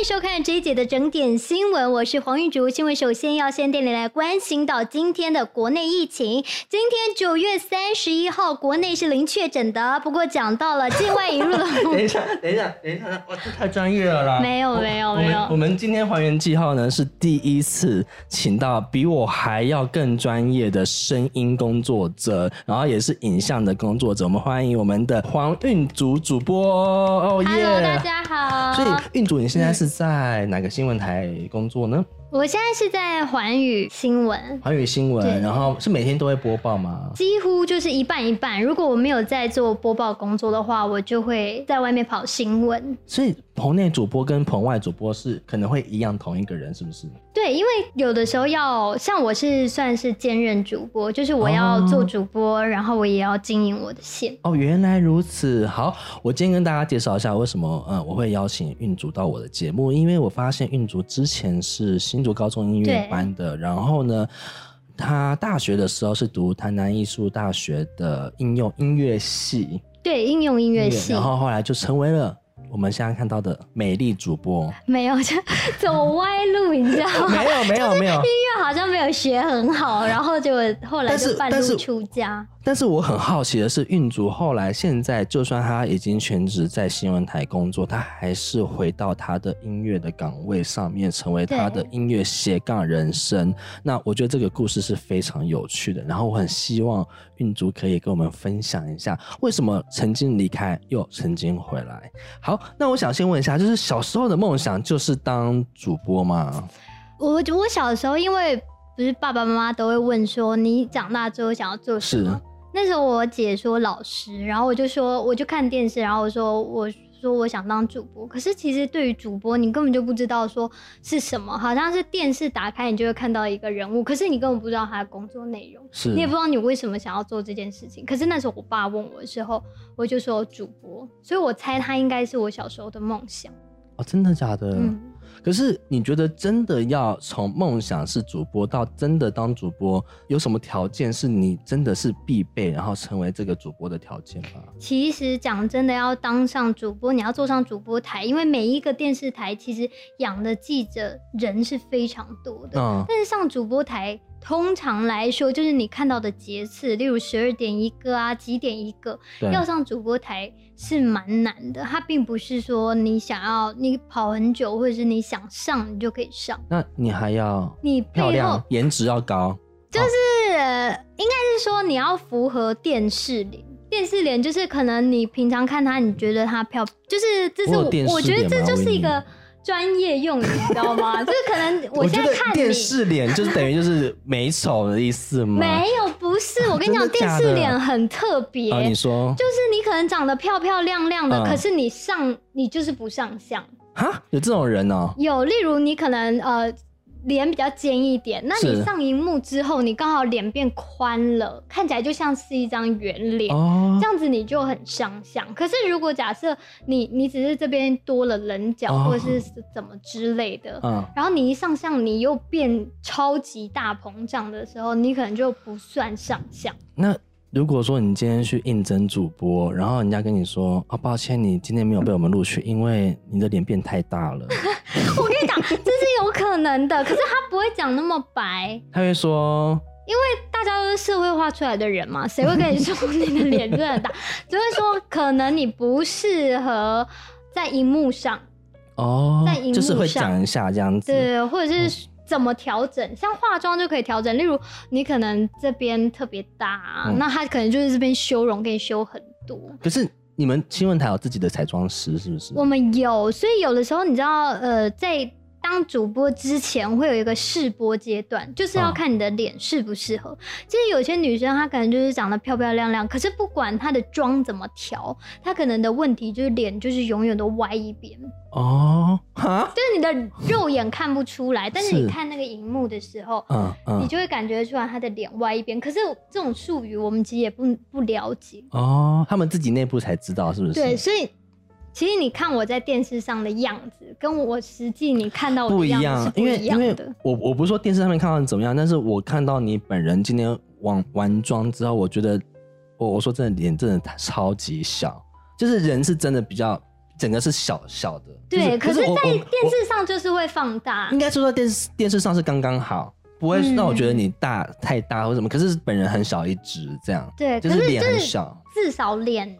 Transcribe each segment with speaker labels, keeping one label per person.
Speaker 1: 迎收看这一节的整点新闻，我是黄玉竹。新闻首先要先带你来关心到今天的国内疫情。今天九月三十一号，国内是零确诊的，不过讲到了境外引入的
Speaker 2: 等一下， 等一下，等一下，哇，这太专业了啦！
Speaker 1: 没有
Speaker 2: 我
Speaker 1: 没有
Speaker 2: 我们
Speaker 1: 没有
Speaker 2: 我们今天还原记号呢，是第一次请到比我还要更专业的声音工作者，然后也是影像的工作者。我们欢迎我们的黄韵竹主播，哦耶
Speaker 1: Hello，大家好。
Speaker 2: 所以韵竹，你现在是在哪个新闻台工作呢？
Speaker 1: 我现在是在环宇新闻，
Speaker 2: 环宇新
Speaker 1: 对
Speaker 2: 闻，然后是每天都会播报吗？
Speaker 1: 几乎就是一半一半。如果我没有在做播报工作的话，我就会在外面跑新闻。
Speaker 2: 所以棚内主播跟棚外主播是可能会一样同一个人，是不是？
Speaker 1: 对，因为有的时候要像我是算是兼任主播，就是我要
Speaker 2: 哦
Speaker 1: 做主播，然后我也要经营我的线。
Speaker 2: 哦，原来如此。好，我今天跟大家介绍一下为什么，嗯，我会邀请韵竹到我的节目，因为我发现韵竹之前是新竹高中音乐班的，然后呢，她大学的时候是读台南艺术大学的应用音乐系，
Speaker 1: 对，应用音乐系
Speaker 2: 然后后来就成为了我们现在看到的美丽主播。
Speaker 1: 没有就 走歪路，你知道 吗？
Speaker 2: 没有，没有，没有。
Speaker 1: 因为好像没有学很好，然后就后来
Speaker 2: 但
Speaker 1: 就是半
Speaker 2: 但
Speaker 1: 路
Speaker 2: 是
Speaker 1: 出家。
Speaker 2: 但是我很好奇的是，运竹后来现在，就算他已经全职在新闻台工作，他还是回到他的音乐的岗位上面，成为他的
Speaker 1: 对
Speaker 2: 音乐斜杠人生。那我觉得这个故事是非常有趣的，然后我很希望运竹可以跟我们分享一下，为什么曾经离开又曾经回来。好，那我想先问一下，就是小时候的梦想就是当主播吗？
Speaker 1: 我我小时候因为不是爸爸妈妈都会问说你长大之后想要做什么
Speaker 2: 是？
Speaker 1: 那时候我姐说老师，然后我就说我就看电视，然后我说我说我想当主播。可是其实对于主播，你根本就不知道说是什么，好像是电视打开你就会看到一个人物，可是你根本不知道他的工作内容，
Speaker 2: 是
Speaker 1: 你也不知道你为什么想要做这件事情。可是那时候我爸问我的时候，我就说主播，所以我猜他应该是我小时候的梦想。
Speaker 2: 哦，真的假的？
Speaker 1: 嗯
Speaker 2: 可是你觉得真的要从梦想是主播到真的当主播，有什么条件是你真的是必备，然后成为这个主播的条件 吗？
Speaker 1: 其实讲真的，要当上主播，你要做上主播台，因为每一个电视台其实养的记者人是非常多的。
Speaker 2: 嗯，
Speaker 1: 但是上主播台，通常来说就是你看到的节次，例如十二点一个啊，几点一个，
Speaker 2: 对，
Speaker 1: 要上主播台是蛮难的。它并不是说你想要你跑很久，或者是你想上你就可以上。
Speaker 2: 那你还要
Speaker 1: 你
Speaker 2: 漂
Speaker 1: 背后
Speaker 2: 亮，颜值要高，
Speaker 1: 是呃应该是说你要符合电视脸，电视脸就是可能你平常看她，你觉得她漂，就是这是
Speaker 2: 我有
Speaker 1: 我
Speaker 2: 电视
Speaker 1: 我觉得
Speaker 2: 脸
Speaker 1: 这
Speaker 2: 吗
Speaker 1: 就是一
Speaker 2: 维尼
Speaker 1: 个专业用语，你知道 吗？就是可能我
Speaker 2: 觉
Speaker 1: 现在
Speaker 2: 得
Speaker 1: 看你
Speaker 2: 电视脸就是等于就是美丑的意思吗？
Speaker 1: 没有，不是我跟你讲，
Speaker 2: 真的
Speaker 1: 电
Speaker 2: 假的
Speaker 1: 视脸很特别，
Speaker 2: 啊，你
Speaker 1: 就
Speaker 2: 说
Speaker 1: 是你可能长得漂漂亮亮的，
Speaker 2: 嗯
Speaker 1: 可是你上你就是不上相。
Speaker 2: 哈，有这种人哦、
Speaker 1: 有，例如你可能呃脸比较尖一点，那你
Speaker 2: 是
Speaker 1: 上荧幕之后，你刚好脸变宽了，看起来就像是一张圆脸。
Speaker 2: 哦
Speaker 1: 这，样子你就很上相。可是如果假设你你只是这边多了棱角、
Speaker 2: 哦
Speaker 1: 或者是怎么之类的，
Speaker 2: 嗯，
Speaker 1: 然后你一上相你又变超级大膨胀的时候，你可能就不算上相。
Speaker 2: 那如果说你今天去应征主播，然后人家跟你说啊，抱歉，你今天没有被我们录取，因为你的脸变太大了。
Speaker 1: 我跟你讲，这是有可能的，可是他不会讲那么白。
Speaker 2: 他会说，
Speaker 1: 大家都是社会化出来的人嘛，谁会跟你说你的脸真的很大？只会说可能你不适合在荧幕上，
Speaker 2: 哦
Speaker 1: 在荧幕，
Speaker 2: 就是会
Speaker 1: 上
Speaker 2: 讲一下这样子。
Speaker 1: 对，或者是怎么调整，像化妆就可以调整。例如你可能这边特别大，
Speaker 2: 嗯
Speaker 1: 那他可能就是这边修容给你修很多。
Speaker 2: 可是你们新闻台有自己的彩妆师是不是？
Speaker 1: 我们有，所以有的时候你知道，呃，在当主播之前会有一个试播阶段，就是要
Speaker 2: 哦
Speaker 1: 看你的脸适不适合。其实有些女生她可能就是长得漂漂亮亮，可是不管她的妆怎么调，她可能的问题就是脸就是永远都歪一边，就
Speaker 2: 哦，哈，
Speaker 1: 是你的肉眼看不出来，但是你
Speaker 2: 是
Speaker 1: 看那个荧幕的时候，
Speaker 2: 嗯
Speaker 1: 你
Speaker 2: 嗯，
Speaker 1: 就会感觉出来她的脸歪一边。可是这种术语我们其实也不不了解，
Speaker 2: 哦，他们自己内部才知道是不是？
Speaker 1: 对，所以其实你看我在电视上的样子，跟我实际你看到我
Speaker 2: 不
Speaker 1: 的
Speaker 2: 一
Speaker 1: 样子是
Speaker 2: 样，因
Speaker 1: 不
Speaker 2: 为
Speaker 1: 一
Speaker 2: 因为
Speaker 1: 样的。
Speaker 2: 我我不是说电视上面看到你怎么样，但是我看到你本人今天完完妆之后，我觉得我我说真的脸真的超级小，就是人是真的比较整个是小小的。
Speaker 1: 对，可，
Speaker 2: 就是是我
Speaker 1: 在
Speaker 2: 我
Speaker 1: 电视上就是会放大
Speaker 2: 应，该是说电视电视上是刚刚好，不会
Speaker 1: 嗯
Speaker 2: 让我觉得你大、太大或什么。可是本人很小一只，这样
Speaker 1: 对，
Speaker 2: 就
Speaker 1: 哎可是
Speaker 2: 脸
Speaker 1: 就
Speaker 2: 很
Speaker 1: 是
Speaker 2: 小。
Speaker 1: 至少脸，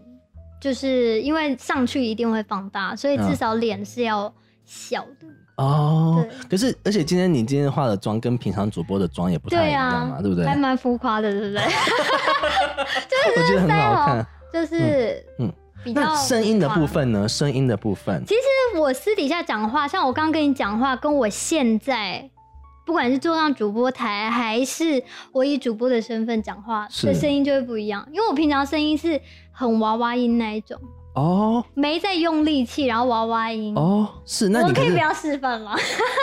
Speaker 1: 就是因为上去一定会放大，所以
Speaker 2: 嗯
Speaker 1: 至少脸是要小的。
Speaker 2: 哦
Speaker 1: 对，
Speaker 2: 可是而且今天你今天化的妆跟平常主播的妆也不太一
Speaker 1: 对
Speaker 2: 样
Speaker 1: 啊
Speaker 2: 嘛，，对不对？
Speaker 1: 还蛮浮夸的，对不对？
Speaker 2: 我觉得很好看。
Speaker 1: 就是
Speaker 2: 嗯嗯
Speaker 1: 比较
Speaker 2: 那声音的
Speaker 1: 浮夸
Speaker 2: 部，分呢？声音的部分，
Speaker 1: 其实我私底下讲话，像我刚跟你讲话，跟我现在。不管是坐上主播台，还是我以主播的身份讲话，
Speaker 2: 是
Speaker 1: 的声音就会不一样。因为我平常声音是很娃娃音那一种，
Speaker 2: 哦
Speaker 1: 没在用力气，然后娃娃音。
Speaker 2: 哦，是那
Speaker 1: 我
Speaker 2: 你
Speaker 1: 可以
Speaker 2: 是
Speaker 1: 不要示范吗？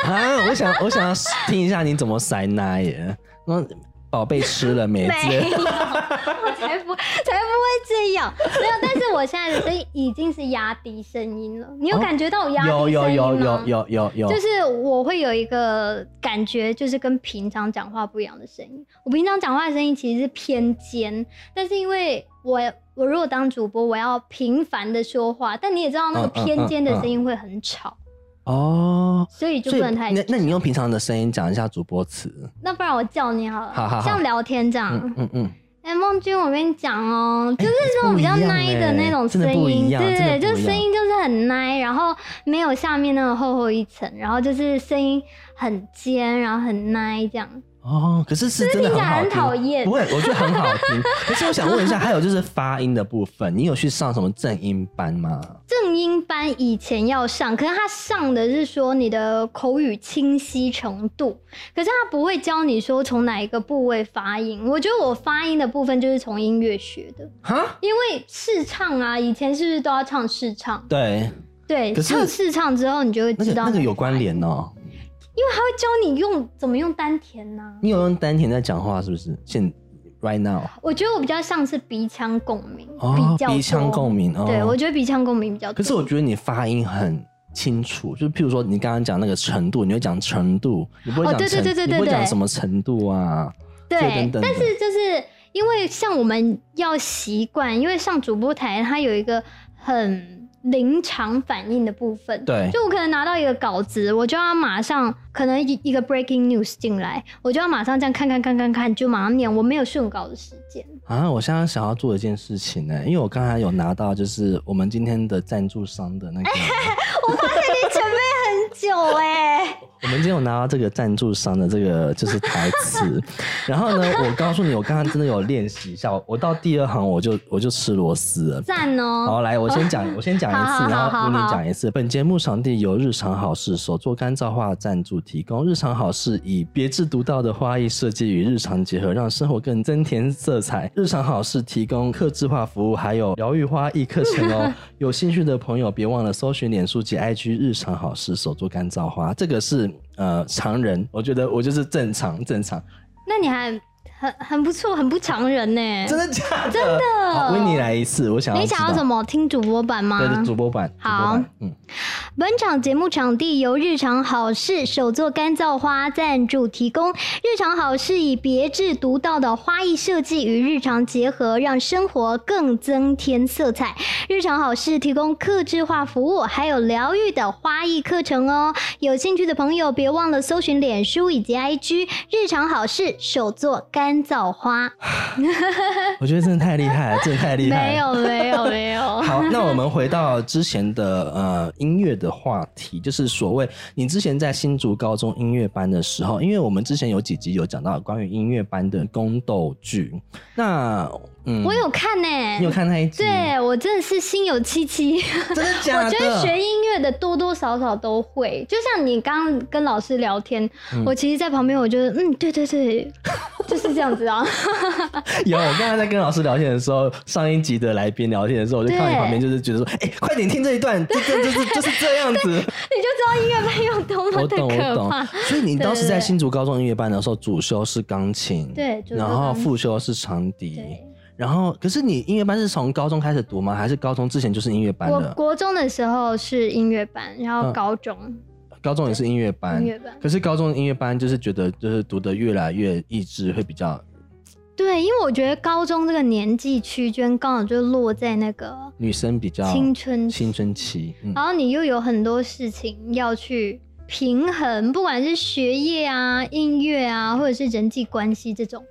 Speaker 2: 啊，我想我想要听一下你怎么塞奶耶。那宝贝吃了没？之类
Speaker 1: 没有， 我才不才不会这样。没有，但是我现在的声音已经是压低声音了。你有
Speaker 2: 哦
Speaker 1: 感觉到我压低声
Speaker 2: 有
Speaker 1: 音吗？
Speaker 2: 有有有有有有，
Speaker 1: 就是我会有一个感觉，就是跟平常讲话不一样的声音。我平常讲话的声音其实是偏尖，但是因为我我如果当主播，我要频繁的说话，但你也知道那个
Speaker 2: 嗯嗯
Speaker 1: 偏尖的
Speaker 2: 嗯嗯
Speaker 1: 声音会很吵，
Speaker 2: 哦。
Speaker 1: 所以就
Speaker 2: 所
Speaker 1: 不
Speaker 2: 以
Speaker 1: 能太
Speaker 2: 那那你用平常的声音讲一下主播词，
Speaker 1: 那不然我叫你好了，
Speaker 2: 好好好
Speaker 1: 像聊天这样。
Speaker 2: 嗯嗯嗯，
Speaker 1: 哎、孟君，我跟你讲哦、就是那种
Speaker 2: 不
Speaker 1: 比
Speaker 2: 一
Speaker 1: 较
Speaker 2: 样
Speaker 1: 奶的
Speaker 2: 欸
Speaker 1: 那种声
Speaker 2: 真的不
Speaker 1: 音，
Speaker 2: 一样真的
Speaker 1: 对，
Speaker 2: 不
Speaker 1: 就
Speaker 2: 一
Speaker 1: 声
Speaker 2: 样
Speaker 1: 音就是很奶，然后没有下面那种厚厚一层，然后就是声音很尖，然后很奶这样。
Speaker 2: 哦，可是是真的
Speaker 1: 听起
Speaker 2: 很
Speaker 1: 来
Speaker 2: 好
Speaker 1: 很
Speaker 2: 听，
Speaker 1: 讨厌
Speaker 2: 不会，我觉得很好听。可是我想问一下，还有就是发音的部分，你有去上什么正音班吗？
Speaker 1: 正音班以前要上，可是他上的是说你的口语清晰程度，可是他不会教你说从哪一个部位发音。我觉得我发音的部分就是从音乐学的，
Speaker 2: 哈，
Speaker 1: 因为试唱啊，以前是不是都要唱试唱？
Speaker 2: 对，
Speaker 1: 对，
Speaker 2: 可是
Speaker 1: 唱试唱之后你就会
Speaker 2: 那
Speaker 1: 知
Speaker 2: 个
Speaker 1: 道
Speaker 2: 那个有
Speaker 1: 哪
Speaker 2: 关
Speaker 1: 里
Speaker 2: 联哦。
Speaker 1: 因为他会教你用怎么用丹田呐、
Speaker 2: 你有用丹田在讲话是不是？现 right now
Speaker 1: 我觉得我比较像是鼻腔共鸣，
Speaker 2: 哦
Speaker 1: 比，较
Speaker 2: 鼻腔
Speaker 1: 多
Speaker 2: 共。鸣哦。
Speaker 1: 对，我觉得鼻腔共鸣比较多。
Speaker 2: 可是我觉得你发音很清楚，就是譬如说你刚刚讲那个程度，你会讲程度，你不会
Speaker 1: 哦
Speaker 2: 讲程，
Speaker 1: 对对对对
Speaker 2: 你不会
Speaker 1: 对
Speaker 2: 讲
Speaker 1: 对
Speaker 2: 什么程度啊？
Speaker 1: 对，
Speaker 2: 所以等等的
Speaker 1: 但是就是因为像我们要习惯，因为上主播台它有一个很临场反应的部分。
Speaker 2: 对
Speaker 1: 就我可能拿到一个稿子，我就要马上可能一一个 breaking news 进来，我就要马上这样看看看看看，就马上念，我没有顺稿的时间。
Speaker 2: 啊，我现在想要做一件事情呢、因为我刚才有拿到就是我们今天的赞助商 的那个，
Speaker 1: 你准备很久哎、
Speaker 2: 我们今天有拿到这个赞助商的这个就是台词，然后呢，我告诉你，我刚刚真的有练习一下，我我到第二行我就我就吃螺丝了。
Speaker 1: 赞哦、
Speaker 2: 好，来，我先讲，我先讲一次，
Speaker 1: 好好
Speaker 2: 然
Speaker 1: 好
Speaker 2: 后
Speaker 1: 好
Speaker 2: 你
Speaker 1: 好
Speaker 2: 讲一次。本节目场地由日常好事手作干燥花赞助提供，日常好事以别致独到的花艺设计与日常结合，让生活更增添色彩。日常好事提供客制化服务，还有疗愈花艺课程 哦。有兴趣的朋友别忘了搜寻脸书及 IG 日常好事手作干燥花，这个是呃常人，我觉得我就是正常正常，
Speaker 1: 那你还很很不错，很不常人呢、
Speaker 2: 真的假的？真的。好，维尼来一次，我想要
Speaker 1: 你
Speaker 2: 知
Speaker 1: 想要
Speaker 2: 道
Speaker 1: 什？么？听主播版吗？
Speaker 2: 对，主播版。主播
Speaker 1: 好
Speaker 2: 版，嗯。
Speaker 1: 本场节目场地由日常好事手作干燥花赞助提供。日常好事以别致独到的花艺设计与日常结合，让生活更增添色彩。日常好事提供客制化服务，还有疗愈的花艺课程哦。有兴趣的朋友别忘了搜寻脸书以及 IG 日常好事手作干燥花。
Speaker 2: 我觉得真的太厉害了，真的太厉害。
Speaker 1: 没。有，没有，没有。
Speaker 2: 好，那我们回到之前的呃音乐的话题，就是所谓你之前在新竹高中音乐班的时候，因为我们之前有几集有讲到关于音乐班的宫斗剧，那嗯，
Speaker 1: 我有看呢、
Speaker 2: 你有看那一集？，
Speaker 1: 对我真的是心有戚戚。
Speaker 2: 真的假的？
Speaker 1: 我觉得学音乐的多多少少都会，就像你刚刚跟老师聊天，
Speaker 2: 嗯
Speaker 1: 我其实，在旁边我觉得，嗯，对对 对，就是这样子啊。
Speaker 2: 有，我刚才在跟老师聊天的时候，上一集的来宾聊天的时候，我就看到你旁边，就是觉得说，哎、快点听这一段，这这这这就是这样 子。
Speaker 1: 你就知道音乐班有多么
Speaker 2: 我
Speaker 1: 的
Speaker 2: 懂，我
Speaker 1: 可
Speaker 2: 懂
Speaker 1: 怕。。
Speaker 2: 所以你当时
Speaker 1: 对对
Speaker 2: 在
Speaker 1: 对
Speaker 2: 新竹高中音乐班的时候，主修是钢琴，
Speaker 1: 对主修
Speaker 2: 然后
Speaker 1: 钢琴
Speaker 2: 副修是长笛。
Speaker 1: 对，
Speaker 2: 然后，可是你音乐班是从高中开始读吗？还是高中之前就是音乐班
Speaker 1: 我
Speaker 2: 的？
Speaker 1: 国中的时候是音乐班，然后
Speaker 2: 嗯
Speaker 1: 高中、
Speaker 2: 高中也是音乐班。
Speaker 1: 音乐班
Speaker 2: 可是高中音乐班就是觉得就是读的越来越意志会比较
Speaker 1: 对，因为我觉得高中这个年纪区间刚好就落在那个
Speaker 2: 女生比较
Speaker 1: 青春期，
Speaker 2: 青春期，嗯
Speaker 1: 然后你又有很多事情要去平衡，不管是学业啊、音乐啊，或者是人际关系这种。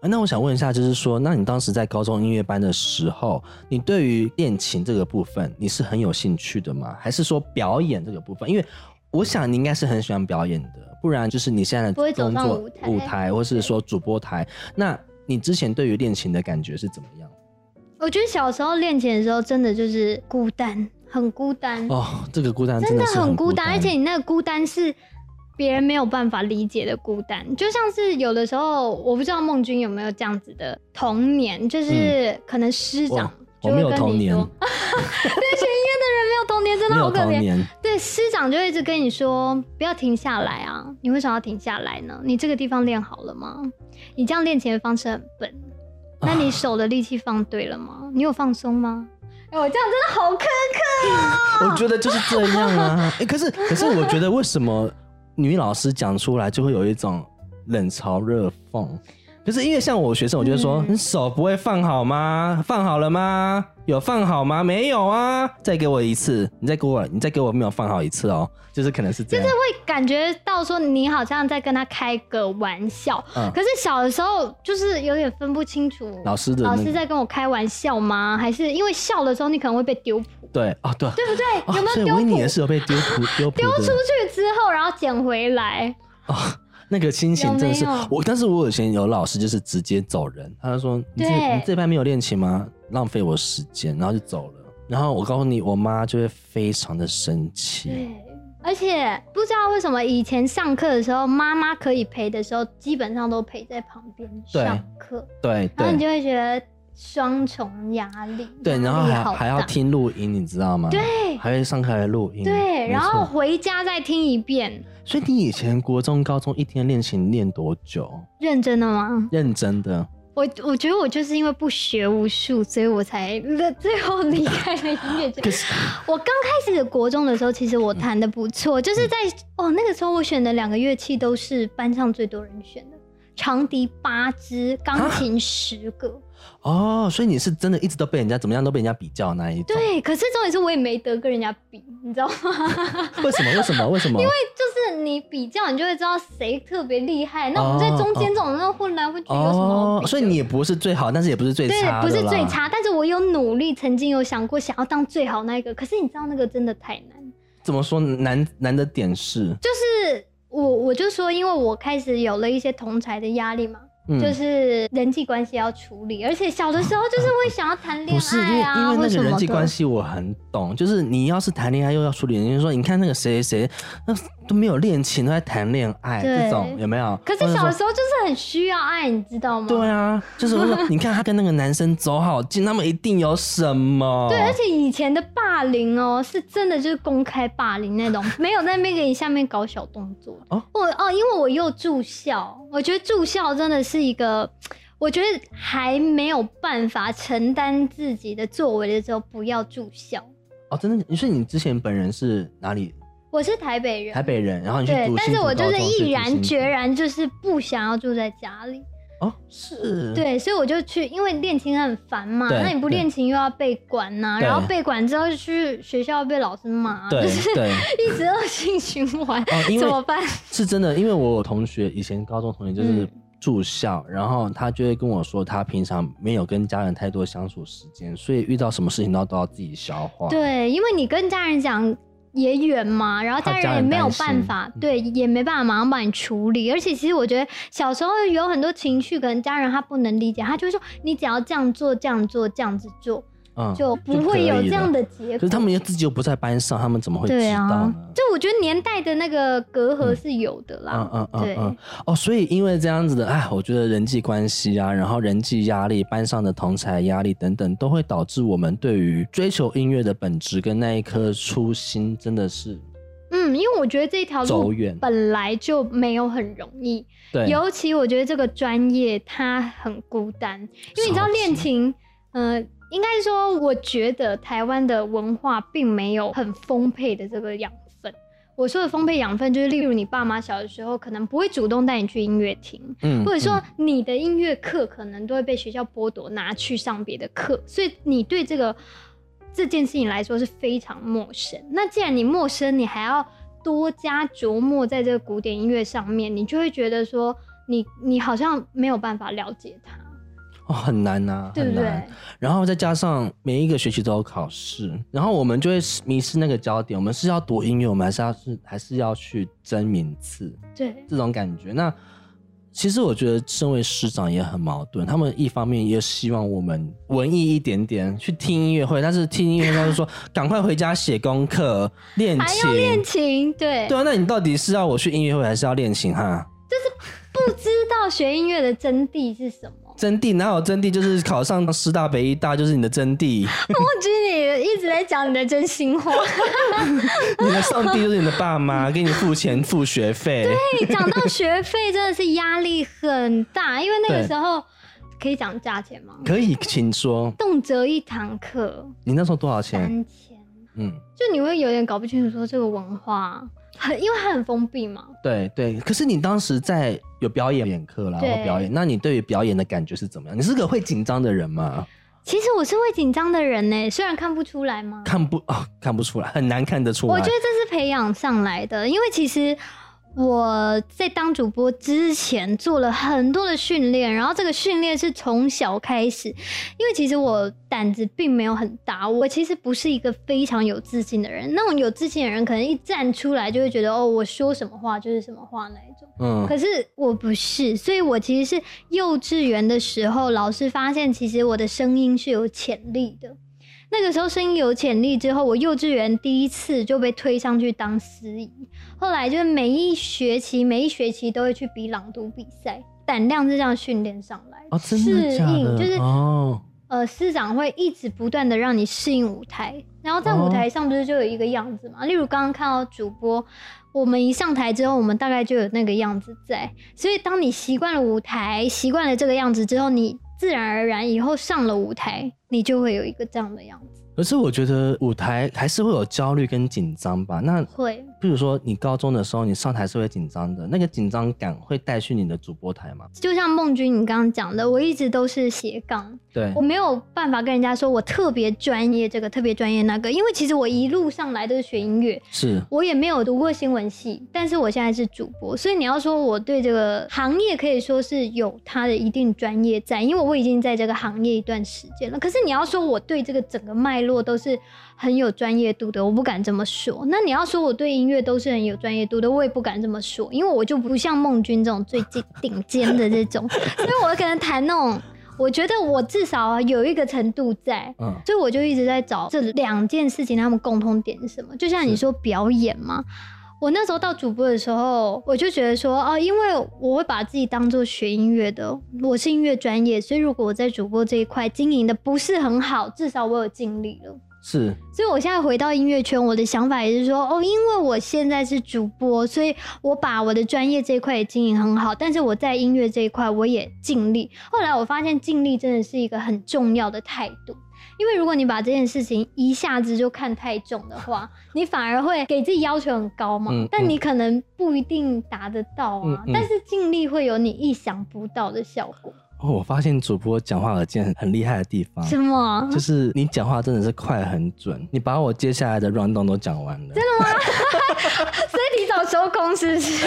Speaker 2: 啊那我想问一下，就是说，那你当时在高中音乐班的时候，你对于练琴这个部分，你是很有兴趣的吗？还是说表演这个部分？因为我想你应该是很喜欢表演的，不然就是你现在
Speaker 1: 不会
Speaker 2: 的
Speaker 1: 走
Speaker 2: 工
Speaker 1: 上
Speaker 2: 作
Speaker 1: 舞台
Speaker 2: 或是说主播台，那你之前对于练琴的感觉是怎么
Speaker 1: 嗯
Speaker 2: 样？
Speaker 1: 我觉得小时候练琴的时候，真的就是孤单，很孤单，
Speaker 2: 哦，这个孤单
Speaker 1: 真
Speaker 2: 的是
Speaker 1: 很
Speaker 2: 孤
Speaker 1: 孤单，而且你那个孤单是别人没有办法理解的孤单。就像是有的时候，我不知道孟君有没有这样子的童年，就是可能师长
Speaker 2: 我
Speaker 1: 就
Speaker 2: 嗯我没
Speaker 1: 会
Speaker 2: 有
Speaker 1: 跟你说，啊
Speaker 2: 童年，
Speaker 1: 对学音乐的人没有童年，真的
Speaker 2: 没
Speaker 1: 好
Speaker 2: 有
Speaker 1: 可
Speaker 2: 童
Speaker 1: 怜。
Speaker 2: 年，
Speaker 1: 对，师长就一直跟你说不要停下来啊！你为什么要停下来呢？你这个地方练好了吗？你这样练琴的方式很笨，那你手的力气放对了吗？你有放松吗？哎、我这样真的好苛刻啊！
Speaker 2: 我觉得就是这样 啊。欸、可是可是，我觉得为什么女老师讲出来就会有一种冷嘲热讽？就是因为像我学生，我就会说、
Speaker 1: 嗯
Speaker 2: 你手不会放好吗？放好了吗？有放好吗？没有啊！再给我一次，你再给我，你再给我没有放好一次哦。就是可能是这样，
Speaker 1: 会感觉到说你好像在跟他开个玩笑，
Speaker 2: 嗯
Speaker 1: 可是小的时候就是有点分不清楚，
Speaker 2: 老师的、那
Speaker 1: 老
Speaker 2: 个
Speaker 1: 师在跟我开玩笑吗？还是因为笑的时候你可能会被丢谱，
Speaker 2: 对哦对
Speaker 1: 对不对？有
Speaker 2: 哦，
Speaker 1: 没
Speaker 2: 所
Speaker 1: 有
Speaker 2: 以
Speaker 1: 丢
Speaker 2: 维尼
Speaker 1: 谱？
Speaker 2: 也是有被丢扑丢扑
Speaker 1: 丢出
Speaker 2: 的。
Speaker 1: 去之后，然后捡回来，
Speaker 2: 那个心情真的是
Speaker 1: 有没有
Speaker 2: 我，但是我以前有老师就是直接走人，他就说你这
Speaker 1: 对
Speaker 2: 你这班没有练琴吗？浪费我时间，然后就走了。然后我告诉你，我妈就会非常的生气。
Speaker 1: 对，而且不知道为什么以前上课的时候，妈妈可以陪的时候，基本上都陪在旁边
Speaker 2: 对
Speaker 1: 上课，
Speaker 2: 对
Speaker 1: 然后你就
Speaker 2: 对
Speaker 1: 会觉得双重压力，
Speaker 2: 对，然后
Speaker 1: 压力好
Speaker 2: 还
Speaker 1: 大
Speaker 2: 还要。听录音，你知道吗？
Speaker 1: 对
Speaker 2: 还会上课还录音。
Speaker 1: 对，
Speaker 2: 没
Speaker 1: 然后
Speaker 2: 错
Speaker 1: 回家再听一遍，
Speaker 2: 所以你以前国中、高中一天练琴练多久？
Speaker 1: 认真的吗？
Speaker 2: 认真的，
Speaker 1: 我我觉得我就是因为不学无术，所以我才最后离开了音乐界。
Speaker 2: 可是
Speaker 1: 我刚开始国中的时候，其实我弹的不
Speaker 2: 嗯
Speaker 1: 错，就是在哦那个时候我选的两个乐器都是班上最多人选的，长笛八支，钢
Speaker 2: 啊
Speaker 1: 琴十个。
Speaker 2: 哦，所以你是真的一直都被人家怎么样都被人家比较那一种。
Speaker 1: 对，可是重点是我也没得跟人家比，你知道吗？
Speaker 2: 为什么？为什么？为什么？因为
Speaker 1: 就是你比较，你就会知道谁特别厉害。那我们在
Speaker 2: 哦
Speaker 1: 中间这种那混来混去有什么好比的？
Speaker 2: 所以你也不是最好，但是也不是最
Speaker 1: 对
Speaker 2: 差，的
Speaker 1: 不是
Speaker 2: 啦
Speaker 1: 最差，但是我有努力，曾经有想过想要当最好那一个，可是你知道那个真的太难。
Speaker 2: 怎么说难难的点是，
Speaker 1: 就是我我就说，因为我开始有了一些同才的压力嘛，
Speaker 2: 嗯
Speaker 1: 就是人际关系要处理，而且小的时候就是会想要谈恋
Speaker 2: 不是因
Speaker 1: 爱
Speaker 2: 为
Speaker 1: 啊，
Speaker 2: 因为
Speaker 1: 或
Speaker 2: 那
Speaker 1: 什
Speaker 2: 个
Speaker 1: 么
Speaker 2: 人际
Speaker 1: 的
Speaker 2: 关系我很懂，就是你要是谈恋爱又要处理，人家说你看那个谁谁谁，那都没有恋情都在谈恋爱，
Speaker 1: 对
Speaker 2: 这种有没有？
Speaker 1: 可
Speaker 2: 或
Speaker 1: 是
Speaker 2: 者
Speaker 1: 小的
Speaker 2: 说
Speaker 1: 时候就是很需要爱，你知道吗？
Speaker 2: 对啊，就是我说你看他跟那个男生走好近，他们一定有什么？
Speaker 1: 对，而且以前的霸凌哦，是真的就是公开霸凌那种，没有在那边给你下面搞小动作。
Speaker 2: 哦
Speaker 1: 哦，我哦，因为我又住校，我觉得住校真的是一个， 我觉得还没有办法承担自己的作为的时候，不要住校。
Speaker 2: 哦，真的，你说你之前本人是哪里？
Speaker 1: 我是台北人，
Speaker 2: 台北人，然后你去
Speaker 1: 对
Speaker 2: 读，
Speaker 1: 但
Speaker 2: 新
Speaker 1: 是
Speaker 2: 竹
Speaker 1: 我就
Speaker 2: 高
Speaker 1: 是
Speaker 2: 中去
Speaker 1: 毅
Speaker 2: 读新
Speaker 1: 然
Speaker 2: 竹
Speaker 1: 决然就是不想要住在家里，
Speaker 2: 哦，是，
Speaker 1: 对，所以我就去，因为练琴很烦嘛，
Speaker 2: 对
Speaker 1: 那你不练琴又要被管呐、
Speaker 2: 对
Speaker 1: 然后被管之后就去学校被老师骂，啊就
Speaker 2: 对
Speaker 1: 是
Speaker 2: 对。
Speaker 1: 一直恶性循环，
Speaker 2: 哦，因 为
Speaker 1: 怎么办？
Speaker 2: 是真的，因为我有同学以前高中同学就是
Speaker 1: 嗯
Speaker 2: 住校，然后他就会跟我说，他平常没有跟家人太多相处时间，所以遇到什么事情都要都要自己消化。，
Speaker 1: 对，因为你跟家人讲。也远嘛，然后
Speaker 2: 怕
Speaker 1: 家
Speaker 2: 家
Speaker 1: 人也
Speaker 2: 人
Speaker 1: 没有
Speaker 2: 担心嗯
Speaker 1: 办法，对，也没办法马上帮你处理。而且其实我觉得小时候有很多情绪，可能家人他不能理解，他就会说你只要这样做、这样做、这样子做，
Speaker 2: 嗯，
Speaker 1: 就不会有这样的结果。
Speaker 2: 可是他们又自己又不在班上，他们怎么会知
Speaker 1: 对
Speaker 2: 道
Speaker 1: 啊
Speaker 2: 呢？，
Speaker 1: 就我觉得年代的那个隔阂是有的
Speaker 2: 嗯
Speaker 1: 啦。
Speaker 2: 嗯嗯
Speaker 1: 对
Speaker 2: 嗯，哦，所以因为这样子的，哎，我觉得人际关系啊，然后人际压力、班上的同才压力等等，都会导致我们对于追求音乐的本质跟那一颗初心，真的是
Speaker 1: 嗯，因为我觉得这条
Speaker 2: 走
Speaker 1: 路
Speaker 2: 远。
Speaker 1: 本来就没有很容易，
Speaker 2: 对，
Speaker 1: 尤其我觉得这个专业它很孤单，因为你知道
Speaker 2: 超级
Speaker 1: 练琴，呃，应该说我觉得台湾的文化并没有很丰沛的这个养分。我说的丰沛养分，就是例如你爸妈小的时候可能不会主动带你去音乐厅，
Speaker 2: 嗯
Speaker 1: 或者说你的音乐课可能都会被学校剥夺，拿去上别的课，所以你对这个这件事情来说是非常陌生。那既然你陌生，你还要多加琢磨在这个古典音乐上面，你就会觉得说你你好像没有办法了解它，
Speaker 2: 哦很难呐、
Speaker 1: 对
Speaker 2: 很
Speaker 1: 不
Speaker 2: 难
Speaker 1: 对。？
Speaker 2: 然后再加上每一个学期都有考试，然后我们就会迷失那个焦点。我们是要读音乐，我们还是要是还是要去争名次
Speaker 1: 对
Speaker 2: 这种感觉。那其实我觉得，身为师长也很矛盾。他们一方面也希望我们文艺一点点去听音乐会，但是听音乐会他就说赶快回家写功课、练
Speaker 1: 还要
Speaker 2: 琴。
Speaker 1: 练琴，对，
Speaker 2: 对啊，那你到底是要我去音乐会，还是要练琴哈？
Speaker 1: 不知道学音乐的真谛是什么。
Speaker 2: 真谛哪有真谛？就是考上师大、北医大就是你的真谛，
Speaker 1: 我觉得你一直在讲你的真心话。
Speaker 2: 你的上帝就是你的爸妈，给你付钱付学费。
Speaker 1: 你讲到学费真的是压力很大，因为那个时候可以讲价钱吗？
Speaker 2: 可以，请说，
Speaker 1: 动辄一堂课
Speaker 2: 你那时候多少钱？
Speaker 1: 三千，
Speaker 2: 嗯，
Speaker 1: 就你会有点搞不清楚说这个文化很，因为它很封闭嘛。
Speaker 2: 对对。可是你当时在有表演演课啦，
Speaker 1: 对
Speaker 2: 或表演，那你对于表演的感觉是怎么样？你是个会紧张的人吗？
Speaker 1: 其实我是会紧张的人呢，虽然看不出来嘛，
Speaker 2: 看不啊、看不出来，很难看得出来。
Speaker 1: 我觉得这是培养上来的，因为其实我在当主播之前做了很多的训练，然后这个训练是从小开始，因为其实我胆子并没有很大，我其实不是一个非常有自信的人，那种有自信的人可能一站出来就会觉得哦，我说什么话就是什么话那一种。
Speaker 2: 嗯
Speaker 1: 可是我不是，所以我其实是幼稚园的时候，老师发现其实我的声音是有潜力的。那个时候声音有潜力之后，我幼稚园第一次就被推上去当司仪，后来就是每一学期每一学期都会去比朗读比赛，胆量是这样训练上来
Speaker 2: 哦，真的假
Speaker 1: 适应
Speaker 2: 的？
Speaker 1: 就是
Speaker 2: 哦，
Speaker 1: 呃，师长会一直不断的让你适应舞台，然后在舞台上不是就有一个样子嘛？例如刚刚看到主播，我们一上台之后，我们大概就有那个样子在。所以当你习惯了舞台，习惯了这个样子之后，你自然而然以后上了舞台，你就会有一个这样的样子。
Speaker 2: 可是我觉得舞台还是会有焦虑跟紧张吧。那
Speaker 1: 会，
Speaker 2: 比如说你高中的时候，你上台是会紧张的，那个紧张感会带去你的主播台吗？
Speaker 1: 就像孟君你刚刚讲的，我一直都是斜杠，
Speaker 2: 对
Speaker 1: 我，没有办法跟人家说我特别专业这个，特别专业那个，因为其实我一路上来都是学音乐，
Speaker 2: 是
Speaker 1: 我也没有读过新闻系，但是我现在是主播，所以你要说我对这个行业可以说是有它的一定专业在，因为我已经在这个行业一段时间了。可是你要说我对这个整个脉络都是很有专业度的，我不敢这么说。那你要说我对音乐都是很有专业度的，我也不敢这么说，因为我就不像孟君这种最顶顶尖的这种，所以我可能谈那种，我觉得我至少啊有一个程度在，
Speaker 2: 嗯。
Speaker 1: 所以我就一直在找这两件事情，他们共通点是什么？就像你说表演嘛，我那时候到主播的时候，我就觉得说，哦，因为我会把自己当做学音乐的，我是音乐专业，所以如果我在主播这一块经营的不是很好，至少我有尽力了。
Speaker 2: 是，
Speaker 1: 所以我现在回到音乐圈，我的想法也是说，哦，因为我现在是主播，所以我把我的专业这一块也经营很好，但是我在音乐这一块我也尽力。后来我发现尽力真的是一个很重要的态度。因为如果你把这件事情一下子就看太重的话，你反而会给自己要求很高嘛，
Speaker 2: 嗯
Speaker 1: 但你可能不一定达得到啊。
Speaker 2: 嗯嗯
Speaker 1: 但是尽力会有你意想不到的效果，
Speaker 2: 哦，我发现主播讲话有件很很厉害的地方，
Speaker 1: 什么？
Speaker 2: 啊就是你讲话真的是快很准，你把我接下来的 round 都讲完了，真的
Speaker 1: 所以提早收工是不是？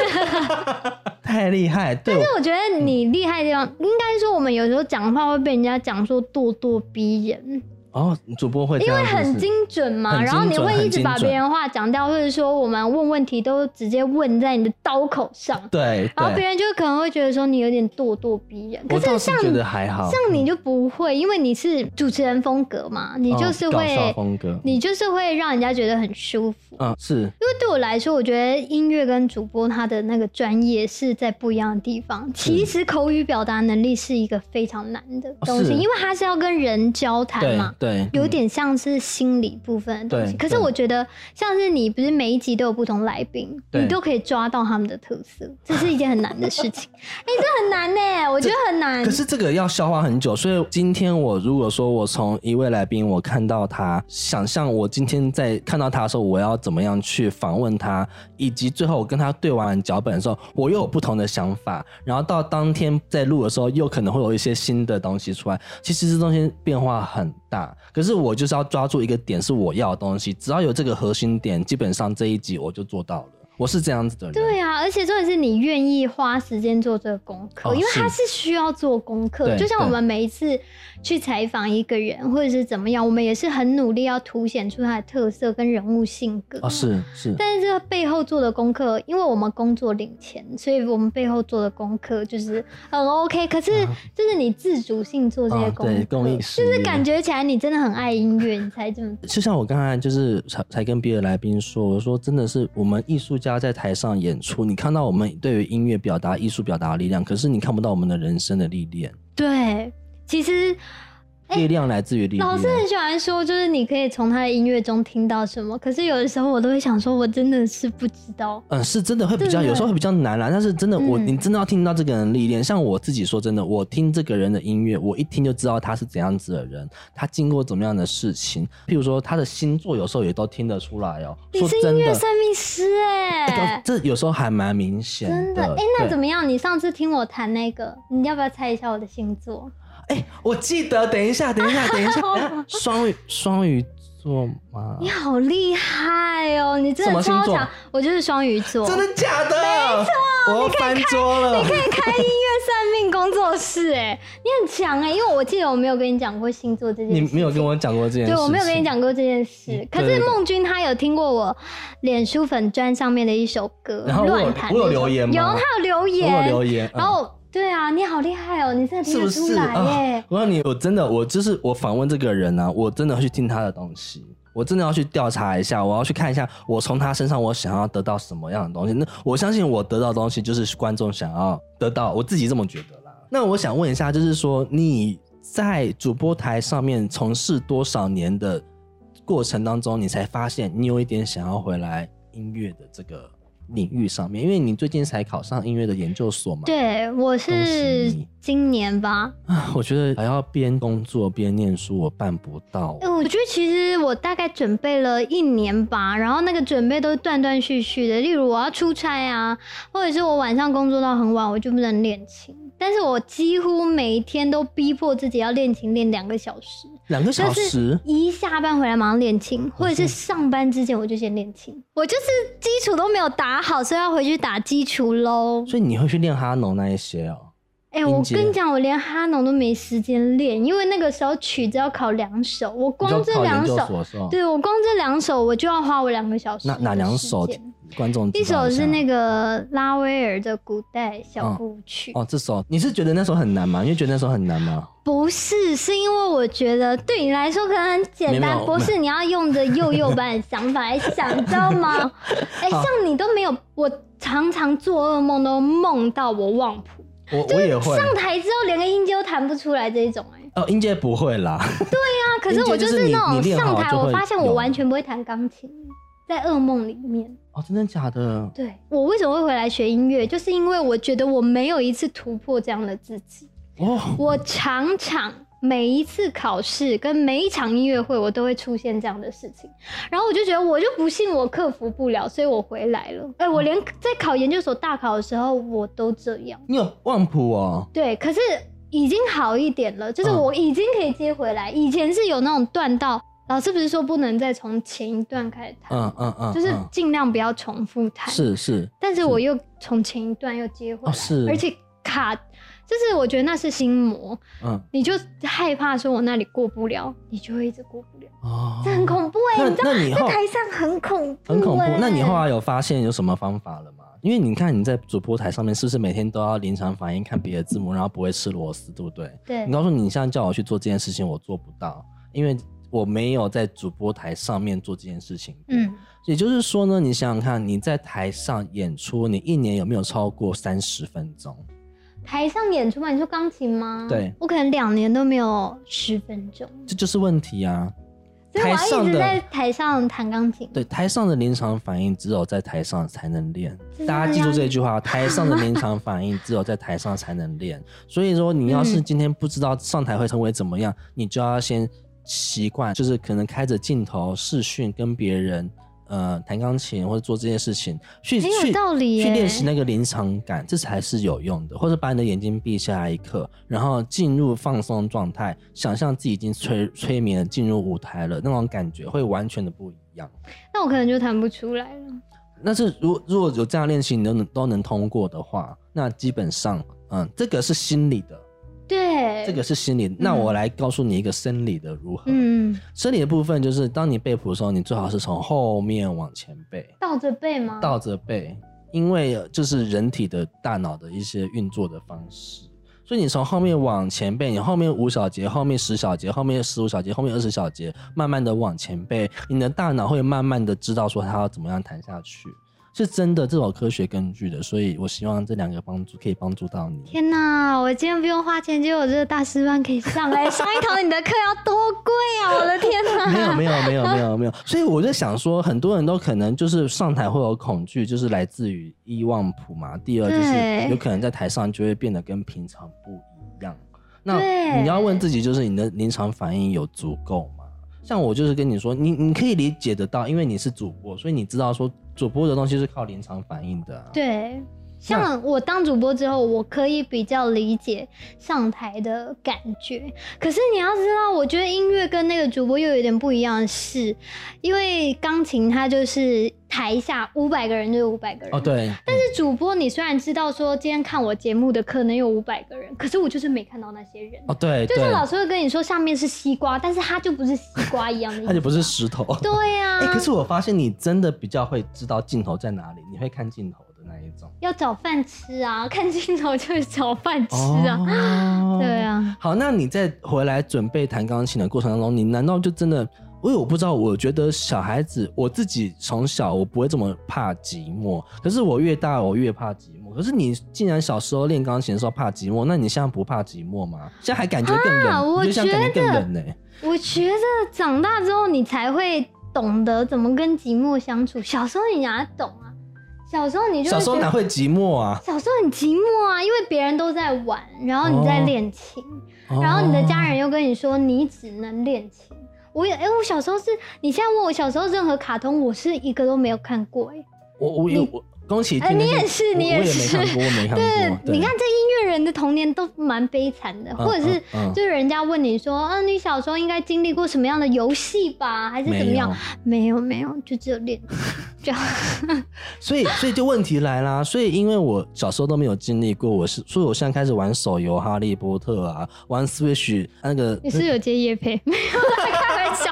Speaker 2: 太厉害，对我
Speaker 1: 但我觉得你厉害的地方，
Speaker 2: 嗯
Speaker 1: 应该说我们有时候讲话会被人家讲说咄咄逼人，
Speaker 2: 哦，主播会这
Speaker 1: 因为
Speaker 2: 样是不是，
Speaker 1: 很精准嘛。
Speaker 2: 很精
Speaker 1: 然后你
Speaker 2: 准
Speaker 1: 会一
Speaker 2: 很
Speaker 1: 直
Speaker 2: 精
Speaker 1: 把
Speaker 2: 准
Speaker 1: 别人话讲掉，或者说我们问问题都直接问在你的刀口上，
Speaker 2: 对
Speaker 1: 然后别
Speaker 2: 对，
Speaker 1: 人就可能会觉得说你有点咄咄逼哦啊人。可
Speaker 2: 我
Speaker 1: 是
Speaker 2: 倒是
Speaker 1: 像
Speaker 2: 觉
Speaker 1: 你
Speaker 2: 得啊嗯还好，
Speaker 1: 像你就不会，因为你是主持人风格嘛，你
Speaker 2: 嗯
Speaker 1: 就是
Speaker 2: 搞
Speaker 1: 会，
Speaker 2: 笑风格，
Speaker 1: 你就是会让人家觉得很舒服。
Speaker 2: 嗯是
Speaker 1: 因为对我来说，我觉得音乐跟主播他的那个专业是在不一样的地方。其实口语表达能力是一个非常难的东西，
Speaker 2: 哦是
Speaker 1: 因为他是要跟人交谈嘛。
Speaker 2: 对，嗯
Speaker 1: 有点像是心理部分的东西。
Speaker 2: 对
Speaker 1: 可是
Speaker 2: 对
Speaker 1: 我觉得，像是你不是每一集都有不同来宾，
Speaker 2: 对
Speaker 1: 你都可以抓到他们的特色，这是一件很难的事情。哎、这很难呢、我觉得很难
Speaker 2: 可。是这个要消化很久，所以今天我如果说我从一位来宾，我看到他，想象我今天在看到他的时候，我要怎么样去访问他，以及最后我跟他对完脚本的时候，我又有不同的想法，然后到当天在录的时候，又可能会有一些新的东西出来。其实这东西变化很大，可是我就是要抓住一个点是我要的东西，只要有这个核心点，基本上这一集我就做到了。我是这样子的人，
Speaker 1: 对啊，而且重点是你愿意花时间做这个功课，
Speaker 2: 哦
Speaker 1: 因为
Speaker 2: 是
Speaker 1: 它是需要做功课。
Speaker 2: 对
Speaker 1: 就像我们每一次去采访一个人或者是怎么样，我们也是很努力要凸显出他的特色跟人物性格。
Speaker 2: 哦，是是，
Speaker 1: 但是这背后做的功课，因为我们工作领钱，所以我们背后做的功课就是很 OK。可是就是你自主性做这些
Speaker 2: 啊
Speaker 1: 功课，
Speaker 2: 嗯对，公益事
Speaker 1: 就是
Speaker 2: 业
Speaker 1: 感觉起来你真的很爱音乐，你才这么
Speaker 2: 就像我刚才就是才才跟别的来宾说，我说真的是我们艺术家在台上演出，你看到我们对于音乐表达、艺术表达的力量，可是你看不到我们的人生的历练，
Speaker 1: 对。其实
Speaker 2: 力量来自于历练。
Speaker 1: 哎老师很喜欢说，就是你可以从他的音乐中听到什么，可是有的时候我都会想说，我真的是不知道。
Speaker 2: 嗯，是真的会比较，
Speaker 1: 对对
Speaker 2: 有时候会比较难啊啦。但是真的，我
Speaker 1: 嗯
Speaker 2: 你真的要听到这个人的历练。像我自己说真的，我听这个人的音乐，我一听就知道他是怎样子的人，他经过怎么样的事情。譬如说他的星座，有时候也都听得出来哦。
Speaker 1: 你
Speaker 2: 说
Speaker 1: 是
Speaker 2: 真
Speaker 1: 音乐
Speaker 2: 的，
Speaker 1: 算命师哎、
Speaker 2: 哎这有时候还蛮明显
Speaker 1: 真的哎、那
Speaker 2: 对
Speaker 1: 怎么样？你上次听我弹那个，你要不要猜一下我的星座？
Speaker 2: 哎、我记得，等一下，等一下，等一 下，等一下双鱼双鱼座吗？
Speaker 1: 你好厉害哦！你真的
Speaker 2: 什么
Speaker 1: 超
Speaker 2: 星座
Speaker 1: 强，我就是双鱼座。
Speaker 2: 真的 假的？没错，我要翻桌了。
Speaker 1: 可以开音乐算命工作室哎、你很强哎、因为我记得我没有跟你讲过星座这件
Speaker 2: 你
Speaker 1: 事，
Speaker 2: 没有跟我讲过这件事，嗯
Speaker 1: 对我没有跟你。讲过这件事。可
Speaker 2: 对
Speaker 1: 是
Speaker 2: 对
Speaker 1: 孟君他有听过我脸书粉砖上面的一首歌
Speaker 2: 然
Speaker 1: 《
Speaker 2: 后我有
Speaker 1: 乱弹》，
Speaker 2: 我有留言吗
Speaker 1: 有他有留言，
Speaker 2: 我有留言，嗯
Speaker 1: 然后对啊，你好厉害哦，你真的
Speaker 2: 是
Speaker 1: 听
Speaker 2: 不
Speaker 1: 得出
Speaker 2: 是
Speaker 1: 来耶、
Speaker 2: 啊？我告诉你，我真的，我就是我访问这个人啊，我真的会去听他的东西，我真的要去调查一下，我要去看一下，我从他身上我想要得到什么样的东西。那我相信我得到的东西就是观众想要得到，我自己这么觉得啦。那我想问一下，就是说你在主播台上面从事多少年的过程当中，你才发现你有一点想要回来音乐的这个领域上面？因为你最近才考上音乐的研究所嘛。
Speaker 1: 对，我
Speaker 2: 恭喜
Speaker 1: 是
Speaker 2: 你
Speaker 1: 今年吧，
Speaker 2: 啊，我觉得还要边工作边念书，我办不到。
Speaker 1: 哎我觉得其实我大概准备了一年吧，然后那个准备都断断续续的。例如我要出差啊，或者是我晚上工作到很晚，我就不能练琴。但是我几乎每一天都逼迫自己要练琴，练两个小时，
Speaker 2: 两个小时，嗯
Speaker 1: 一下班回来马上练琴，或者是上班之前我就先练琴。我就是基础都没有打好，所以要回去打基础喽。
Speaker 2: 所以你会去练哈农那一些哦。
Speaker 1: 哎、
Speaker 2: 音
Speaker 1: 我
Speaker 2: 阶
Speaker 1: 跟你讲，我连哈农都没时间练，因为那个时候曲子要考两首，我光
Speaker 2: 你就
Speaker 1: 这
Speaker 2: 考研
Speaker 1: 两
Speaker 2: 究
Speaker 1: 首。
Speaker 2: 所是吧？
Speaker 1: 对我光这两首我就要花我两个小时。
Speaker 2: 哪哪两首？观众
Speaker 1: 一
Speaker 2: 知道
Speaker 1: 首是那
Speaker 2: 下
Speaker 1: 个拉威尔的古代小步曲，
Speaker 2: 哦，这首你是觉得那首很难吗？因为觉得那首很难吗？
Speaker 1: 不是，是因为我觉得对你来说可能很简
Speaker 2: 没
Speaker 1: 单
Speaker 2: 有，
Speaker 1: 不是你要用着幼幼版的想法来想，你知道 吗？哎、像你都没有，我常常做噩梦都梦到我忘谱，
Speaker 2: 我我也会
Speaker 1: 上台之后连个音阶都弹不出来这一种、哎。
Speaker 2: 哦，音阶不会啦。
Speaker 1: 啊，可是我就
Speaker 2: 音阶就是
Speaker 1: 是
Speaker 2: 你
Speaker 1: 那
Speaker 2: 你
Speaker 1: 种
Speaker 2: 练好
Speaker 1: 上
Speaker 2: 就
Speaker 1: 台，
Speaker 2: 会
Speaker 1: 我发现我
Speaker 2: 有
Speaker 1: 完全不会弹钢琴，在噩梦里面。
Speaker 2: 哦，真的假的？
Speaker 1: 对我为什么会回来学音乐，就是因为我觉得我没有一次突破这样的自己。
Speaker 2: 哦，
Speaker 1: 我常常每一次考试跟每一场音乐会，我都会出现这样的事情，然后我就觉得我就不信我克服不了，所以我回来了。哎、我连
Speaker 2: 嗯
Speaker 1: 在考研究所大考的时候，我都这样。
Speaker 2: 你有忘谱哦？
Speaker 1: 对，可是已经好一点了，就是
Speaker 2: 嗯
Speaker 1: 我已经可以接回来。以前是有那种断到，老师不是说不能再从前一段开始弹，
Speaker 2: 嗯嗯嗯，
Speaker 1: 就是
Speaker 2: 嗯
Speaker 1: 尽量不要重复弹。，
Speaker 2: 是是
Speaker 1: 但是我又从前一段又接回来，
Speaker 2: 哦是
Speaker 1: 而且卡，就是我觉得那是心魔，
Speaker 2: 嗯
Speaker 1: 你就害怕说我那里过不了，你就会一直过不了，
Speaker 2: 哦
Speaker 1: 这很恐怖哎、
Speaker 2: 那
Speaker 1: 你知道
Speaker 2: 哦那你
Speaker 1: 在
Speaker 2: 后
Speaker 1: 台上很恐怖、欸，
Speaker 2: 很恐怖。那你后啊来有发现有什么方法了吗？因为你看你在主播台上面，是不是每天都要临场反应看别的字幕，然后不会吃螺丝，对不对？
Speaker 1: 对
Speaker 2: 你告诉你，你现在叫我去做这件事情，我做不到，因为我没有在主播台上面做这件事情。，
Speaker 1: 嗯。
Speaker 2: 也就是说呢，你想想看，你在台上演出，你一年有没有超过三十分钟？
Speaker 1: 台上演出嘛，你说钢琴吗？
Speaker 2: 对，
Speaker 1: 我可能两年都没有十分钟，
Speaker 2: 这就是问题啊。
Speaker 1: 所以我
Speaker 2: 台
Speaker 1: 要
Speaker 2: 上
Speaker 1: 一直
Speaker 2: 的
Speaker 1: 在台上弹钢琴。
Speaker 2: 对，台上的临场反应只有在台上才能练，
Speaker 1: 真的
Speaker 2: 大家记住
Speaker 1: 吗
Speaker 2: 这句话：台上的临场反应只有在台上才能练。 所以说，你要是
Speaker 1: 嗯
Speaker 2: 今天不知道上台会成为怎么样，你就要先习惯，就是可能开着镜头视讯跟别人呃弹钢琴或者做这件事情，去
Speaker 1: 很有
Speaker 2: 去
Speaker 1: 道理耶
Speaker 2: 去练习那个临场感，这才是有用的。或者把你的眼睛闭下来一刻，然后进入放松状态，想象自己已经催催眠了，进入舞台了，那种感觉会完全的不一样。
Speaker 1: 那我可能就弹不出来了。
Speaker 2: 但是如如果有这样的练习，你都能都能通过的话，那基本上，嗯，这个是心理的，
Speaker 1: 对，
Speaker 2: 这个是心理。那我来告诉你一个生理的如何。
Speaker 1: 嗯，
Speaker 2: 生理的部分就是，当你背谱的时候，你最好是从后面往前背，
Speaker 1: 倒着背 吗？
Speaker 2: 倒着背，因为呃就是人体的大脑的一些运作的方式。所以你从后面往前背，你后面五小节，后面十小节，后面十五小节，后面二十小节，慢慢的往前背，你的大脑会慢慢的知道说它要怎么样弹下去，是真的，这有科学根据的。所以我希望这两个帮助可以帮助到你。
Speaker 1: 天哪！我今天不用花钱，就有这个大师班可以上哎、上一堂你的课要多贵啊！我的天哪！
Speaker 2: 没有没有没有没有没有，所以我在想说，很多人都可能就是上台会有恐惧，就是来自于伊望普嘛。第二就是
Speaker 1: 对
Speaker 2: 有可能在台上就会变得跟平常不一样。那
Speaker 1: 对
Speaker 2: 你要问自己，就是你的临场反应有足够吗？像我就是跟你说，你你可以理解得到，因为你是主播，所以你知道说主播的东西是靠临场反应的、啊。，
Speaker 1: 对，像我当主播之后，我可以比较理解上台的感觉。可是你要知道，我觉得音乐跟那个主播又有点不一样的是，因为钢琴它就是台下五百个人就是五百个人
Speaker 2: 哦对，
Speaker 1: 但是主播，你虽然知道说今天看我节目的可能有五百个人，可是我就是没看到那些人。
Speaker 2: 哦对，
Speaker 1: 就是
Speaker 2: 对
Speaker 1: 老师会跟你说下面是西瓜，但是它就不是西瓜一样的意思，
Speaker 2: 它就不是石头。
Speaker 1: 对啊呀、
Speaker 2: 哎、可是我发现你真的比较会知道镜头在哪里，你会看镜头的那一种。
Speaker 1: 要找饭吃啊，看镜头就是找饭吃啊，
Speaker 2: 哦
Speaker 1: 对。啊，
Speaker 2: 好，那你在回来准备弹钢琴的过程当中，你难道就真的？因为我不知道，我觉得小孩子，我自己从小我不会这么怕寂寞，可是我越大我越怕寂寞。可是你竟然小时候练钢琴的时候怕寂寞，那你现在不怕寂寞吗？现在还感觉更冷，
Speaker 1: 啊我
Speaker 2: 你就像感觉更
Speaker 1: 觉得
Speaker 2: 冷呢、
Speaker 1: 我觉得长大之后你才会懂得怎么跟寂寞相处，小时候你哪懂啊？小时候你就
Speaker 2: 小时候
Speaker 1: 觉得
Speaker 2: 哪会寂寞啊？
Speaker 1: 小时候很寂寞啊，因为别人都在玩，然后你在
Speaker 2: 哦
Speaker 1: 练琴，然后你的家
Speaker 2: 哦
Speaker 1: 人又跟你说你只能练琴。我也哎、我小时候是，你现在问我小时候任何卡通，我是一个都没有看过哎、
Speaker 2: 我我有我宫崎骏
Speaker 1: 哎
Speaker 2: 那些，
Speaker 1: 你也是
Speaker 2: 我
Speaker 1: 你也
Speaker 2: 我也没
Speaker 1: 是
Speaker 2: 看过，我没看过。对，
Speaker 1: 你看这音乐人的童年都蛮悲惨的，
Speaker 2: 嗯
Speaker 1: 或者是
Speaker 2: 嗯嗯
Speaker 1: 就是人家问你说，啊，你小时候应该经历过什么样的游戏吧，还是怎么样？没有没有，就只有 练琴这样。
Speaker 2: 所以，所以就问题来啦。所以，因为我小时候都没有经历过，我是，所以我现在开始玩手游《哈利波特》啊，玩 Switch 那个，
Speaker 1: 你是有接夜配？ 没有啦，开玩笑。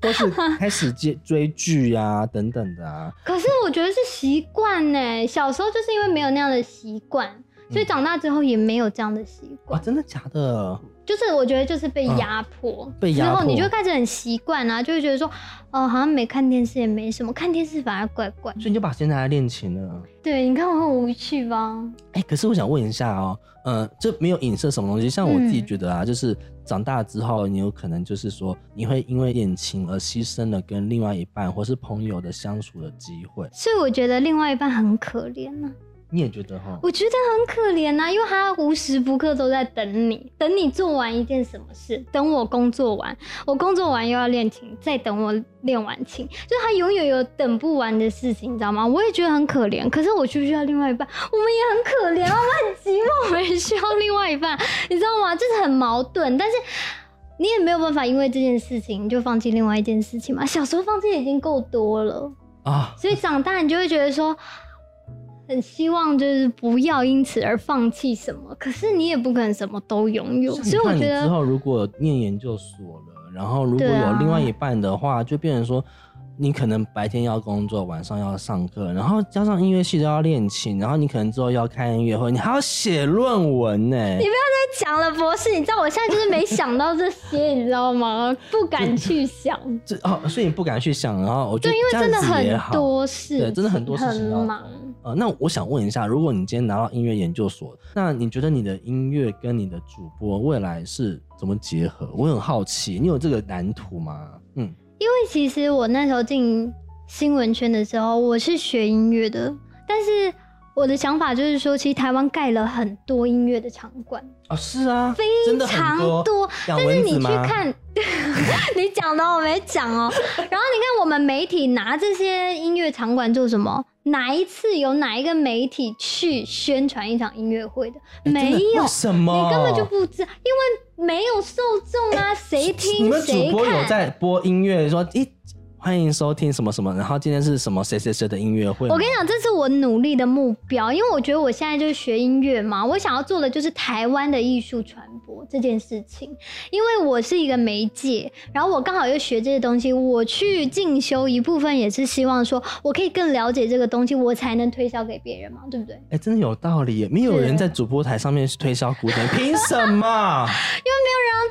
Speaker 2: 都是开始接追剧啊等等的啊。
Speaker 1: 可是我觉得是习惯呢，小时候就是因为没有那样的习惯，所以长大之后也没有这样的习
Speaker 2: 嗯哇，
Speaker 1: 惯。
Speaker 2: 真的假的？
Speaker 1: 就是我觉得就是被压迫，
Speaker 2: 啊被压迫
Speaker 1: 之后你就会开始很习惯啊，就会觉得说，哦、好像没看电视也没什么，看电视反而怪怪。
Speaker 2: 所以你就把现在来练琴了。
Speaker 1: 对，你看我很无趣吧？
Speaker 2: 哎、可是我想问一下哦，呃，这没有影射什么东西。像我自己
Speaker 1: 嗯
Speaker 2: 觉得啊，就是长大之后，你有可能就是说，你会因为练琴而牺牲了跟另外一半或是朋友的相处的机会。
Speaker 1: 所以我觉得另外一半很可怜啊呐、
Speaker 2: 你也觉得哈？
Speaker 1: 我觉得很可怜啊呐、因为他无时不刻都在等你，等你做完一件什么事，等我工作完，我工作完又要练琴，再等我练完琴，就他永远有等不完的事情，你知道吗？我也觉得很可怜，可是我需不需要另外一半？我们也很可怜，啊我们很寂寞，我们也需要另外一半， 你知道吗？就是很矛盾，但是。你也没有办法因为这件事情你就放弃另外一件事情嘛？小时候放弃的已经够多了，
Speaker 2: 啊，
Speaker 1: 所以长大你就会觉得说，很希望就是不要因此而放弃什么，可是你也不可能什么都拥有，
Speaker 2: 像你
Speaker 1: 所以我
Speaker 2: 看
Speaker 1: 觉
Speaker 2: 你之
Speaker 1: 得
Speaker 2: 后如果念研究所了，然后如果
Speaker 1: 对啊
Speaker 2: 有另外一半的话，就变成说。你可能白天要工作，晚上要上课，然后加上音乐系都要练琴，然后你可能之后要开音乐会，你还要写论文呢、
Speaker 1: 讲了博士，你知道我现在就是没想到这些，你知道 吗？不敢去想，
Speaker 2: 这哦，所以你不敢去想，然后我觉得
Speaker 1: 对，因为
Speaker 2: 这
Speaker 1: 真的
Speaker 2: 样子也
Speaker 1: 很
Speaker 2: 好，
Speaker 1: 多事情，
Speaker 2: 对真的很多事情要
Speaker 1: 很
Speaker 2: 做
Speaker 1: 忙，
Speaker 2: 呃，那我想问一下，如果你今天拿到音乐研究所，那你觉得你的音乐跟你的主播未来是怎么结合？我很好奇，你有这个蓝图吗？嗯，
Speaker 1: 因为其实我那时候进新闻圈的时候，我是学音乐的，但是我的想法就是说，其实台湾盖了很多音乐的场馆，
Speaker 2: 啊，是啊，
Speaker 1: 非
Speaker 2: 真的很
Speaker 1: 常
Speaker 2: 多，
Speaker 1: 多。但
Speaker 2: 养
Speaker 1: 是
Speaker 2: 啊蚊
Speaker 1: 你
Speaker 2: 子
Speaker 1: 去
Speaker 2: 吗？
Speaker 1: 看， 你讲的我没讲哦、然后你看我们媒体拿这些音乐场馆做什么？哪一次有哪一个媒体去宣传一场音乐会的？
Speaker 2: 哎真
Speaker 1: 没
Speaker 2: 的
Speaker 1: 有
Speaker 2: 为，什么？
Speaker 1: 你根本就不知，因为没有受众啊，谁
Speaker 2: 你
Speaker 1: 听
Speaker 2: 们主
Speaker 1: 谁
Speaker 2: 播有
Speaker 1: 看。
Speaker 2: 在播音乐，说一欢迎收听什么什么，然后今天是什么谁谁谁的音乐会吗？
Speaker 1: 我跟你讲，这是我努力的目标，因为我觉得我现在就是学音乐嘛，我想要做的就是台湾的艺术传播这件事情，因为我是一个媒介，然后我刚好又学这些东西，我去进修一部分也是希望说我可以更了解这个东西，我才能推销给别人嘛，对不对？
Speaker 2: 哎、真的有道理耶，没有
Speaker 1: 是啊
Speaker 2: 人在主播台上面推销古典，凭什么？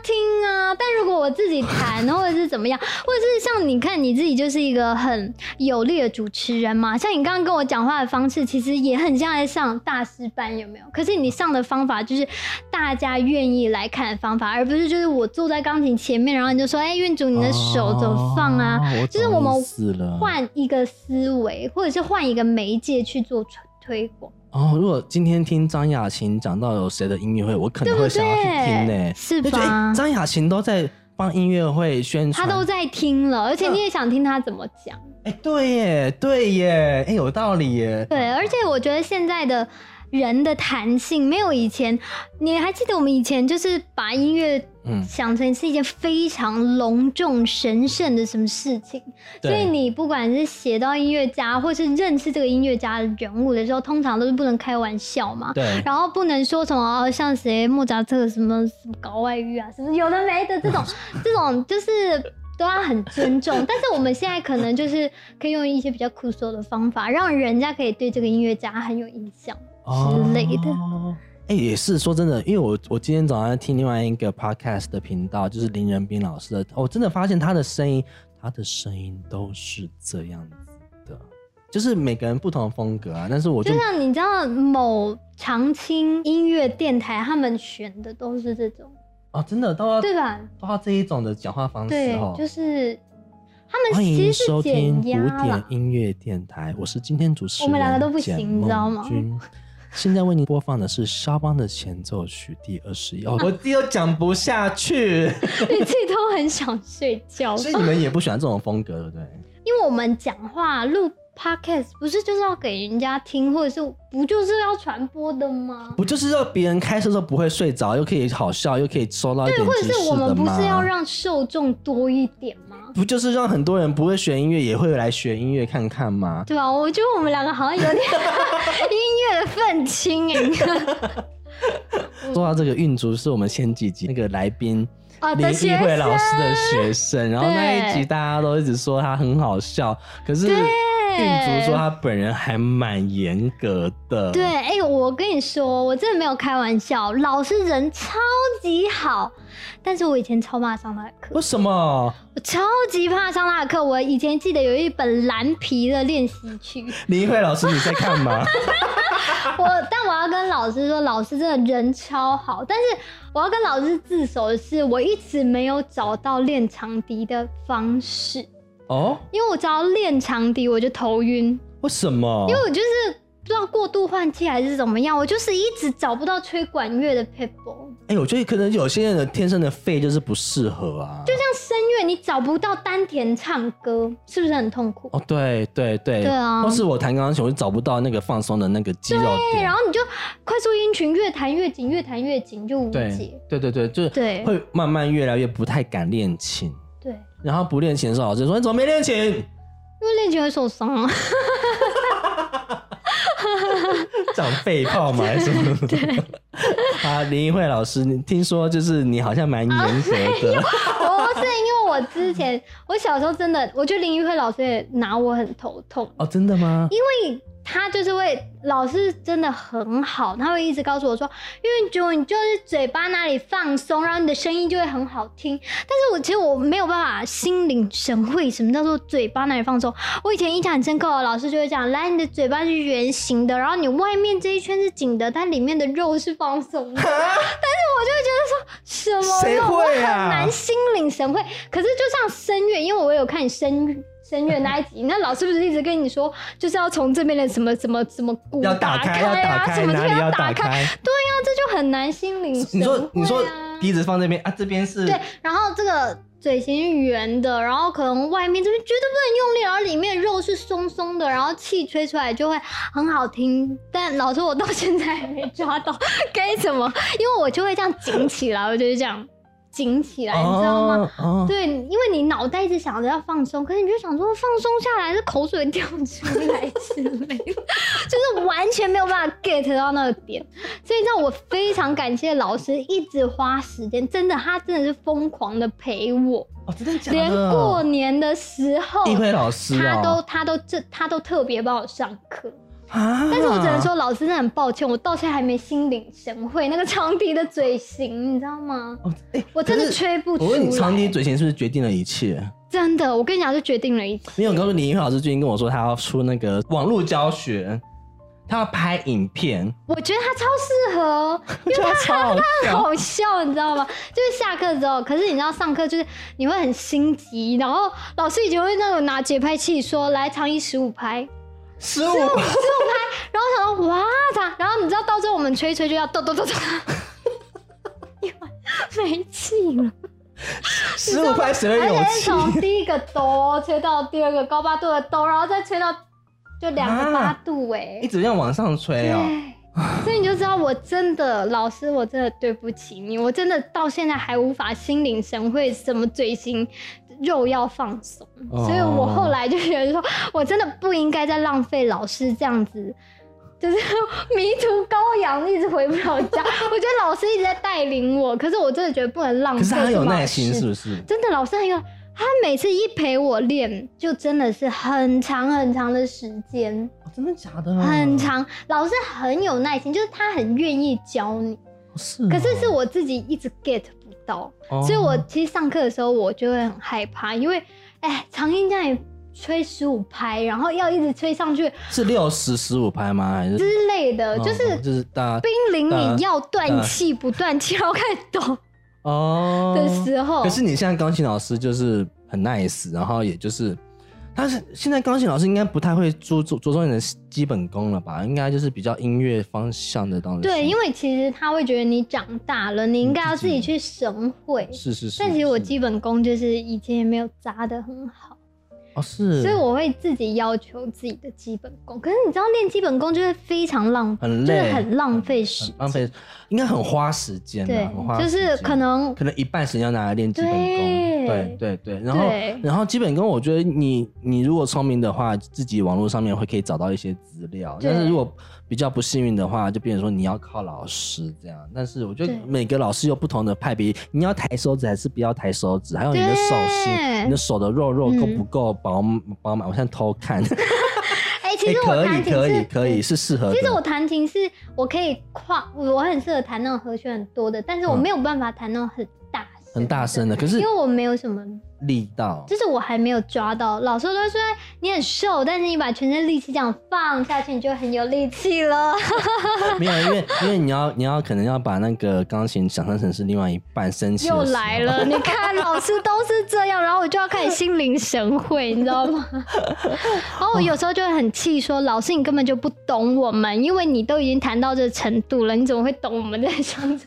Speaker 1: 听啊，但如果我自己弹，或者是怎么样， 或者是像你看你自己就是一个很有力的主持人嘛，像你刚刚跟我讲话的方式，其实也很像在上大师班，有没有？可是你上的方法就是大家愿意来看的方法，而不是就是我坐在钢琴前面，然后你就说，哎、运 主你的手怎么放啊？
Speaker 2: 哦
Speaker 1: 就是我们
Speaker 2: 懂意思了
Speaker 1: 换一个思维，或者是换一个媒介去做推推广，
Speaker 2: 哦。如果今天听张雅琴讲到有谁的音乐会，我可
Speaker 1: 对
Speaker 2: 能
Speaker 1: 不
Speaker 2: 会想要去听呢
Speaker 1: 对？，是
Speaker 2: 就觉得
Speaker 1: 吧
Speaker 2: 哎？张、雅琴都在帮音乐会宣
Speaker 1: 他
Speaker 2: 传，
Speaker 1: 都在听了，而且你也想听他怎么讲。
Speaker 2: 哎、对耶，对耶，哎、有道理耶。
Speaker 1: 对，而且我觉得现在的人的弹性没有以前，你还记得我们以前就是把音乐
Speaker 2: 嗯
Speaker 1: 想成是一件非常隆重神圣的什么事情，所
Speaker 2: 对
Speaker 1: 以你不管是写到音乐家或是认识这个音乐家的人物的时候，通常都是不能开玩笑嘛。
Speaker 2: 对，
Speaker 1: 然后不能说什么哦像谁莫扎特什么什么搞外遇啊，什么有的没的 这种，这种就是都要很尊重。但是我们现在可能就是可以用一些比较酷搜的方法，让人家可以对这个音乐家很有印象。之类的
Speaker 2: 哦哎、也是说真的，因为我我今天早上听另外一个 podcast 的频道，就是林仁斌老师的，我真的发现他的声音，他的声音都是这样子的，就是每个人不同的风格啊。但是我就
Speaker 1: 就像你知道某常青音乐电台他们选的都是这种，
Speaker 2: 啊，真的都要
Speaker 1: 对吧？
Speaker 2: 都要这一种的讲话方式
Speaker 1: 对
Speaker 2: 哦，。
Speaker 1: 就是他们
Speaker 2: 欢
Speaker 1: 其
Speaker 2: 迎
Speaker 1: 实是
Speaker 2: 收听
Speaker 1: 减
Speaker 2: 古
Speaker 1: 压
Speaker 2: 典
Speaker 1: 啦。
Speaker 2: 音乐电台，我是今天主持人
Speaker 1: 我们两个都不
Speaker 2: 简
Speaker 1: 行你知道
Speaker 2: 梦
Speaker 1: 吗
Speaker 2: 君现在为您播放的是肖邦的前奏曲第二十一，哦我自己都讲不下去。
Speaker 1: 你自己都很想 睡觉，
Speaker 2: 所以你们也不喜欢这种风格，对不对？
Speaker 1: 因为我们讲话录 podcast 不是就是要给人家听，或者是不就是要传播的吗？
Speaker 2: 不就是让别人开车的时候不会睡着，又可以好笑，又可以收到一点
Speaker 1: 或者
Speaker 2: 知识
Speaker 1: 是我
Speaker 2: 的
Speaker 1: 们不
Speaker 2: 吗？
Speaker 1: 是要让受众多一点吗？
Speaker 2: 不就是让很多人不会学音乐也会来学音乐看看吗？
Speaker 1: 对吧？我觉得我们两个好像有点 音乐的愤青哎、你 看嗯
Speaker 2: 说到这个运竹，是我们前几集那个来宾
Speaker 1: 哦
Speaker 2: 林
Speaker 1: 的
Speaker 2: 议
Speaker 1: 学
Speaker 2: 会老
Speaker 1: 生，
Speaker 2: 师的学生，然后那一集大家都一直说他很好笑，可是运竹说他本人还蛮严格的。
Speaker 1: 对，哎、我跟你说，我真的没有开玩笑，老师人超级好，但是我以前超怕上他的课
Speaker 2: 为，什么
Speaker 1: 我超级怕上他的课。我以前记得有一本蓝皮的练习曲，
Speaker 2: 林议会老师你在看 吗？
Speaker 1: 我但我要跟老师说，老师真的人超好，但是我要跟老师自首的是，我一直没有找到练长笛的方式，
Speaker 2: 哦，
Speaker 1: 因为我只要练长笛我就头晕，
Speaker 2: 为什么？
Speaker 1: 因为我就是不知道过度换气还是怎么样，我就是一直找不到吹管乐的 people。
Speaker 2: 哎、我觉得可能有些人的天生的肺就是不适合啊。就像
Speaker 1: 像声乐你找不到丹田唱歌，是不是很痛苦？
Speaker 2: 哦，对对对，
Speaker 1: 对啊
Speaker 2: 或是我弹钢琴，我就找不到那个放松的那个肌肉
Speaker 1: 对，
Speaker 2: 点。
Speaker 1: 哎然后你就快速音群越弹越紧，越弹越紧就无解。
Speaker 2: 对对对，就是
Speaker 1: 对
Speaker 2: 会慢慢越来越不太敢练琴。
Speaker 1: 对，
Speaker 2: 然后不练琴的时候，老师说你怎么没练琴？
Speaker 1: 因为练琴会受伤啊。
Speaker 2: 长肺泡嘛，还是什么？ 啊，林一慧老师，你听说就是你好像蛮严格
Speaker 1: 哎
Speaker 2: 的，
Speaker 1: 我哦不是因为我之前我小时候真的，我觉得林玉慧老师也拿我很头痛，哎
Speaker 2: 哦，真的吗？
Speaker 1: 因为他就是会，老师真的很好，他会一直告诉我说，因为就你就是嘴巴那里放松，然后你的声音就会很好听。但是我其实我没有办法心领神会什么叫做嘴巴那里放松。我以前印象很深刻哦，老师就会讲，来你的嘴巴是圆形的，然后你外面这一圈是紧的，但里面的肉是放松 的。但是我就会觉得说什么
Speaker 3: 谁
Speaker 1: 肉，我
Speaker 3: 会
Speaker 1: 很
Speaker 3: 啊
Speaker 1: 难心领神会。可是就像声乐，因为我有看声。声乐那一集，那老师不是一直跟你说，就是要从这边的什么什么什么鼓
Speaker 3: 要打开，
Speaker 1: 开
Speaker 3: 要
Speaker 1: 啊，
Speaker 3: 打
Speaker 1: 什
Speaker 3: 开，
Speaker 1: 么这
Speaker 3: 哪里
Speaker 1: 边
Speaker 3: 要
Speaker 1: 打
Speaker 3: 打
Speaker 1: 开，对
Speaker 3: 开？
Speaker 1: 啊，这就很难心领神
Speaker 3: 你
Speaker 1: 会啊。
Speaker 3: 说你说笛子放那边啊，这边是
Speaker 1: 对，
Speaker 2: 哦
Speaker 1: 然后这个嘴型是圆的，然后可能外面这边绝对不能用力，然后里面肉是松松的，然后气吹出来就会很好听。但老师，我到现在还没抓到 该怎么，因为我就会这样紧起来，我就是这样紧起来，你知道吗？
Speaker 2: 哦？哦
Speaker 1: 对，因为你脑袋一直想着要放松，可是你就想说放松下来，这口水掉出来之类的，就是完全没有办法 get 到那个点。所以让我非常感谢老师一直花时间，真的，他真的是疯狂的陪我，
Speaker 3: 哦，真的假
Speaker 1: 连
Speaker 3: 的？
Speaker 1: 过年的时候。
Speaker 2: 议会老师
Speaker 1: 他
Speaker 2: 哦
Speaker 1: 都他都这他都特别帮我上课，
Speaker 2: 嗯
Speaker 3: 啊！
Speaker 1: 但是我只能说老师真的很抱歉，我到现在还没心领神会那个长笛的嘴型，你知道吗？
Speaker 3: 哦，哎，
Speaker 1: 我真的
Speaker 2: 可是
Speaker 1: 吹不出
Speaker 2: 我
Speaker 1: 来。
Speaker 2: 问你，长笛嘴型是不是决定了一切？
Speaker 1: 真的，我跟你讲，就决定了一次。
Speaker 2: 因为我告诉你，音乐老师最近跟我说，他要出那个网络教学，他要拍影片，
Speaker 1: 我觉得他超适 合，哦
Speaker 2: 因为他超好笑。
Speaker 1: 好笑，你知道吗？ 就是下课之后，可是你知道上课就是你会很心急，然后老师以前会那种拿节拍器说来长一十五拍，
Speaker 3: 十五
Speaker 1: 然后我想说哇他，然后你知道到最后我们吹一吹就要咚咚咚咚， 因为没气了。
Speaker 3: 十五拍十二
Speaker 1: 而
Speaker 3: 哎有
Speaker 1: 且是
Speaker 3: 气，
Speaker 1: 从第一个哆吹到第二个高八度的哆，然后再吹到就两个八度哎、
Speaker 3: 啊
Speaker 2: 一直这样往上吹哦、
Speaker 1: 对，所以你就知道我真的，老师，我真的对不起你，我真的到现在还无法心领神会什么嘴型肉要放松，
Speaker 2: 哦
Speaker 1: 所以我后来就觉得说，我真的不应该再浪费老师这样子。就是迷途羔羊，一直回不了家。我觉得老师一直在带领我，可是我真的觉得不能浪费
Speaker 2: 可是
Speaker 1: 这
Speaker 2: 他
Speaker 1: 么好
Speaker 2: 很
Speaker 1: 时间。
Speaker 2: 有耐心，是不是？
Speaker 1: 真的老师很有，他每次一陪我练，就真的是很长很长的时间。
Speaker 2: 哦真的假的？
Speaker 1: 很长，老师很有耐心，就是他很愿意教你。
Speaker 2: 是哦、
Speaker 1: 可是是我自己一直 get 不到，
Speaker 2: 哦，
Speaker 1: 所以我其实上课的时候我就会很害怕，因为哎，长音这样也吹十五拍，然后要一直吹上去
Speaker 2: 是六十十五拍吗？还是
Speaker 1: 之类的，
Speaker 2: 哦
Speaker 1: 就是
Speaker 2: 就是大家
Speaker 1: 濒临
Speaker 2: 呃
Speaker 1: 你要断气不断气，然后开始抖
Speaker 2: 哦
Speaker 1: 的时候。
Speaker 2: 可是你现在钢琴老师就是很 nice，然后也就是，但是现在钢琴老师应该不太会注注着重你的基本功了吧？应该就是比较音乐方向的东西。
Speaker 1: 对，因为其实他会觉得你长大了，你应该要自己去神会。
Speaker 2: 是是是。
Speaker 1: 但其实我
Speaker 2: 是
Speaker 1: 基本功就是以前也没有扎得很好。
Speaker 2: 哦是，
Speaker 1: 所以我会自己要求自己的基本功。可是你知道练基本功就会非常浪，
Speaker 2: 很
Speaker 1: 就是
Speaker 2: 累
Speaker 1: 很浪费时
Speaker 2: 很，浪费，应该很花时间的，
Speaker 1: 对
Speaker 2: 很花，
Speaker 1: 就
Speaker 2: 时
Speaker 1: 是
Speaker 2: 间
Speaker 1: 可能
Speaker 2: 可能一半时间要拿来练基本功，对
Speaker 1: 对
Speaker 2: 对对，然后
Speaker 1: 对
Speaker 2: 然后基本功，我觉得你你如果聪明的话，自己网络上面会可以找到一些资料，
Speaker 1: 对
Speaker 2: 但是如果比较不幸运的话，就变成说你要靠老师这样，但是我觉得
Speaker 1: 对
Speaker 2: 每个老师有不同的派别，你要抬手指还是不要抬手指，还有你的手
Speaker 1: 对
Speaker 2: 心，你的手的肉肉够
Speaker 1: 嗯
Speaker 2: 不够饱满饱满，我现在偷看，
Speaker 1: 哎、其实我
Speaker 2: 可
Speaker 1: 弹
Speaker 2: 以
Speaker 1: 琴是、
Speaker 2: 可以可以是适合的，
Speaker 1: 其实我弹琴是我可以跨，我很适合弹那种和弦很多的，但是我
Speaker 2: 嗯
Speaker 1: 没有办法弹那种很大声
Speaker 2: 很大声
Speaker 1: 的，
Speaker 2: 的，可是
Speaker 1: 因为我没有什么。
Speaker 2: 力道
Speaker 1: 就是我还没有抓到，老师都会说你很瘦，但是你把全身力气这样放下去，你就很有力气了。
Speaker 2: 没有，因为因为你要你要可能要把那个钢琴想象成是另外一半升起的时
Speaker 1: 又
Speaker 2: 候，
Speaker 1: 来了，你看老师都是这样，然后我就要开始心领神会，你知道 吗？然后我有时候就会很气，说老师你根本就不懂我们，因为你都已经谈到这程度了，你怎么会懂我们在想什么？如果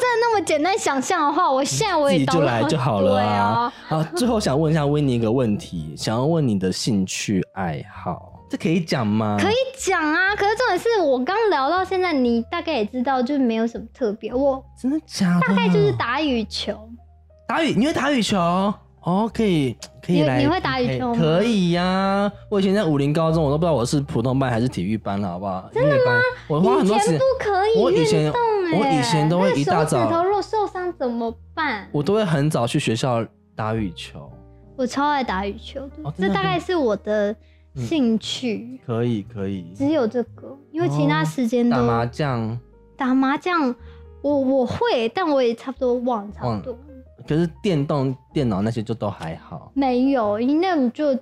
Speaker 1: 真的那么简单想象的话，我现在我
Speaker 2: 自
Speaker 1: 也
Speaker 2: 己
Speaker 1: 懂
Speaker 2: 就来就好了
Speaker 1: 对
Speaker 2: 啊
Speaker 1: 啊。！
Speaker 2: 好，最后想问一下温妮一个问题，想要问你的兴趣爱好，这可以讲吗？
Speaker 1: 可以讲啊，可是重点是我刚聊到现在，你大概也知道，就是没有什么特别。我
Speaker 2: 真的假的？
Speaker 1: 大概就是打羽球，
Speaker 2: 打羽，你会打羽球哦？可以，可以
Speaker 1: 你
Speaker 2: 来。
Speaker 1: 你会打羽球吗
Speaker 2: 可以呀、我以前在武林高中，我都不知道我是普通班还是体育班了，好不好？真的吗？我
Speaker 1: 你
Speaker 2: 花哦很
Speaker 1: 以
Speaker 2: 多时
Speaker 1: 前
Speaker 2: 间
Speaker 1: 不。可以
Speaker 2: 我以前
Speaker 1: 运动哎、
Speaker 2: 我以前都会一大早
Speaker 1: 那手指头若受伤怎么办？
Speaker 2: 我都会很早去学校打羽球，
Speaker 1: 我超爱打羽球的，
Speaker 2: 哦真
Speaker 1: 这
Speaker 2: 的嗯
Speaker 1: 大概是我的兴趣，
Speaker 2: 可以可以，
Speaker 1: 只有这个，因为其他时间都、
Speaker 2: 哦打麻将，
Speaker 1: 打麻将，我我会，但我也差不多忘了，差
Speaker 2: 忘
Speaker 1: 不多
Speaker 2: 可是电动电脑那些就都还好
Speaker 1: 没有，因为那种就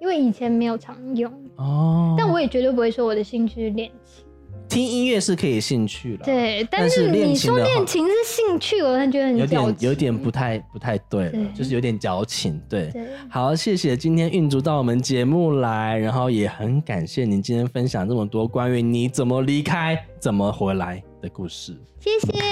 Speaker 1: 因为以前没有常用，
Speaker 2: 哦。
Speaker 1: 但我也绝对不会说我的兴趣是练琴，
Speaker 2: 听音乐是可以兴趣了，，
Speaker 1: 对，
Speaker 2: 但
Speaker 1: 但
Speaker 2: 是
Speaker 1: 是
Speaker 2: 练
Speaker 1: 你
Speaker 2: 琴
Speaker 1: 说
Speaker 2: 的话
Speaker 1: 练琴是兴趣，我很觉得很
Speaker 2: 有
Speaker 1: 矫
Speaker 2: 点
Speaker 1: 情
Speaker 2: 有点不太不太对了
Speaker 1: 对，
Speaker 2: 就是有点矫情，对。
Speaker 1: 对。
Speaker 2: 好，谢谢今天运足到我们节目来，然后也很感谢您今天分享这么多关于你怎么离开、怎么回来的故事。
Speaker 1: 谢谢。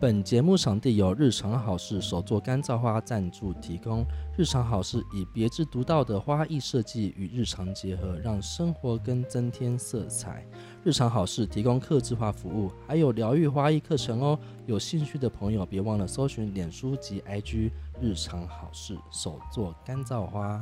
Speaker 2: 本节目场地由日常好事手作干燥花赞助提供。日常好事以别致独到的花艺设计与日常结合，让生活更增添色彩。日常好事提供客制化服务，还有疗愈花艺课程哦。有兴趣的朋友别忘了搜寻脸书及 IG 日常好事手作干燥花。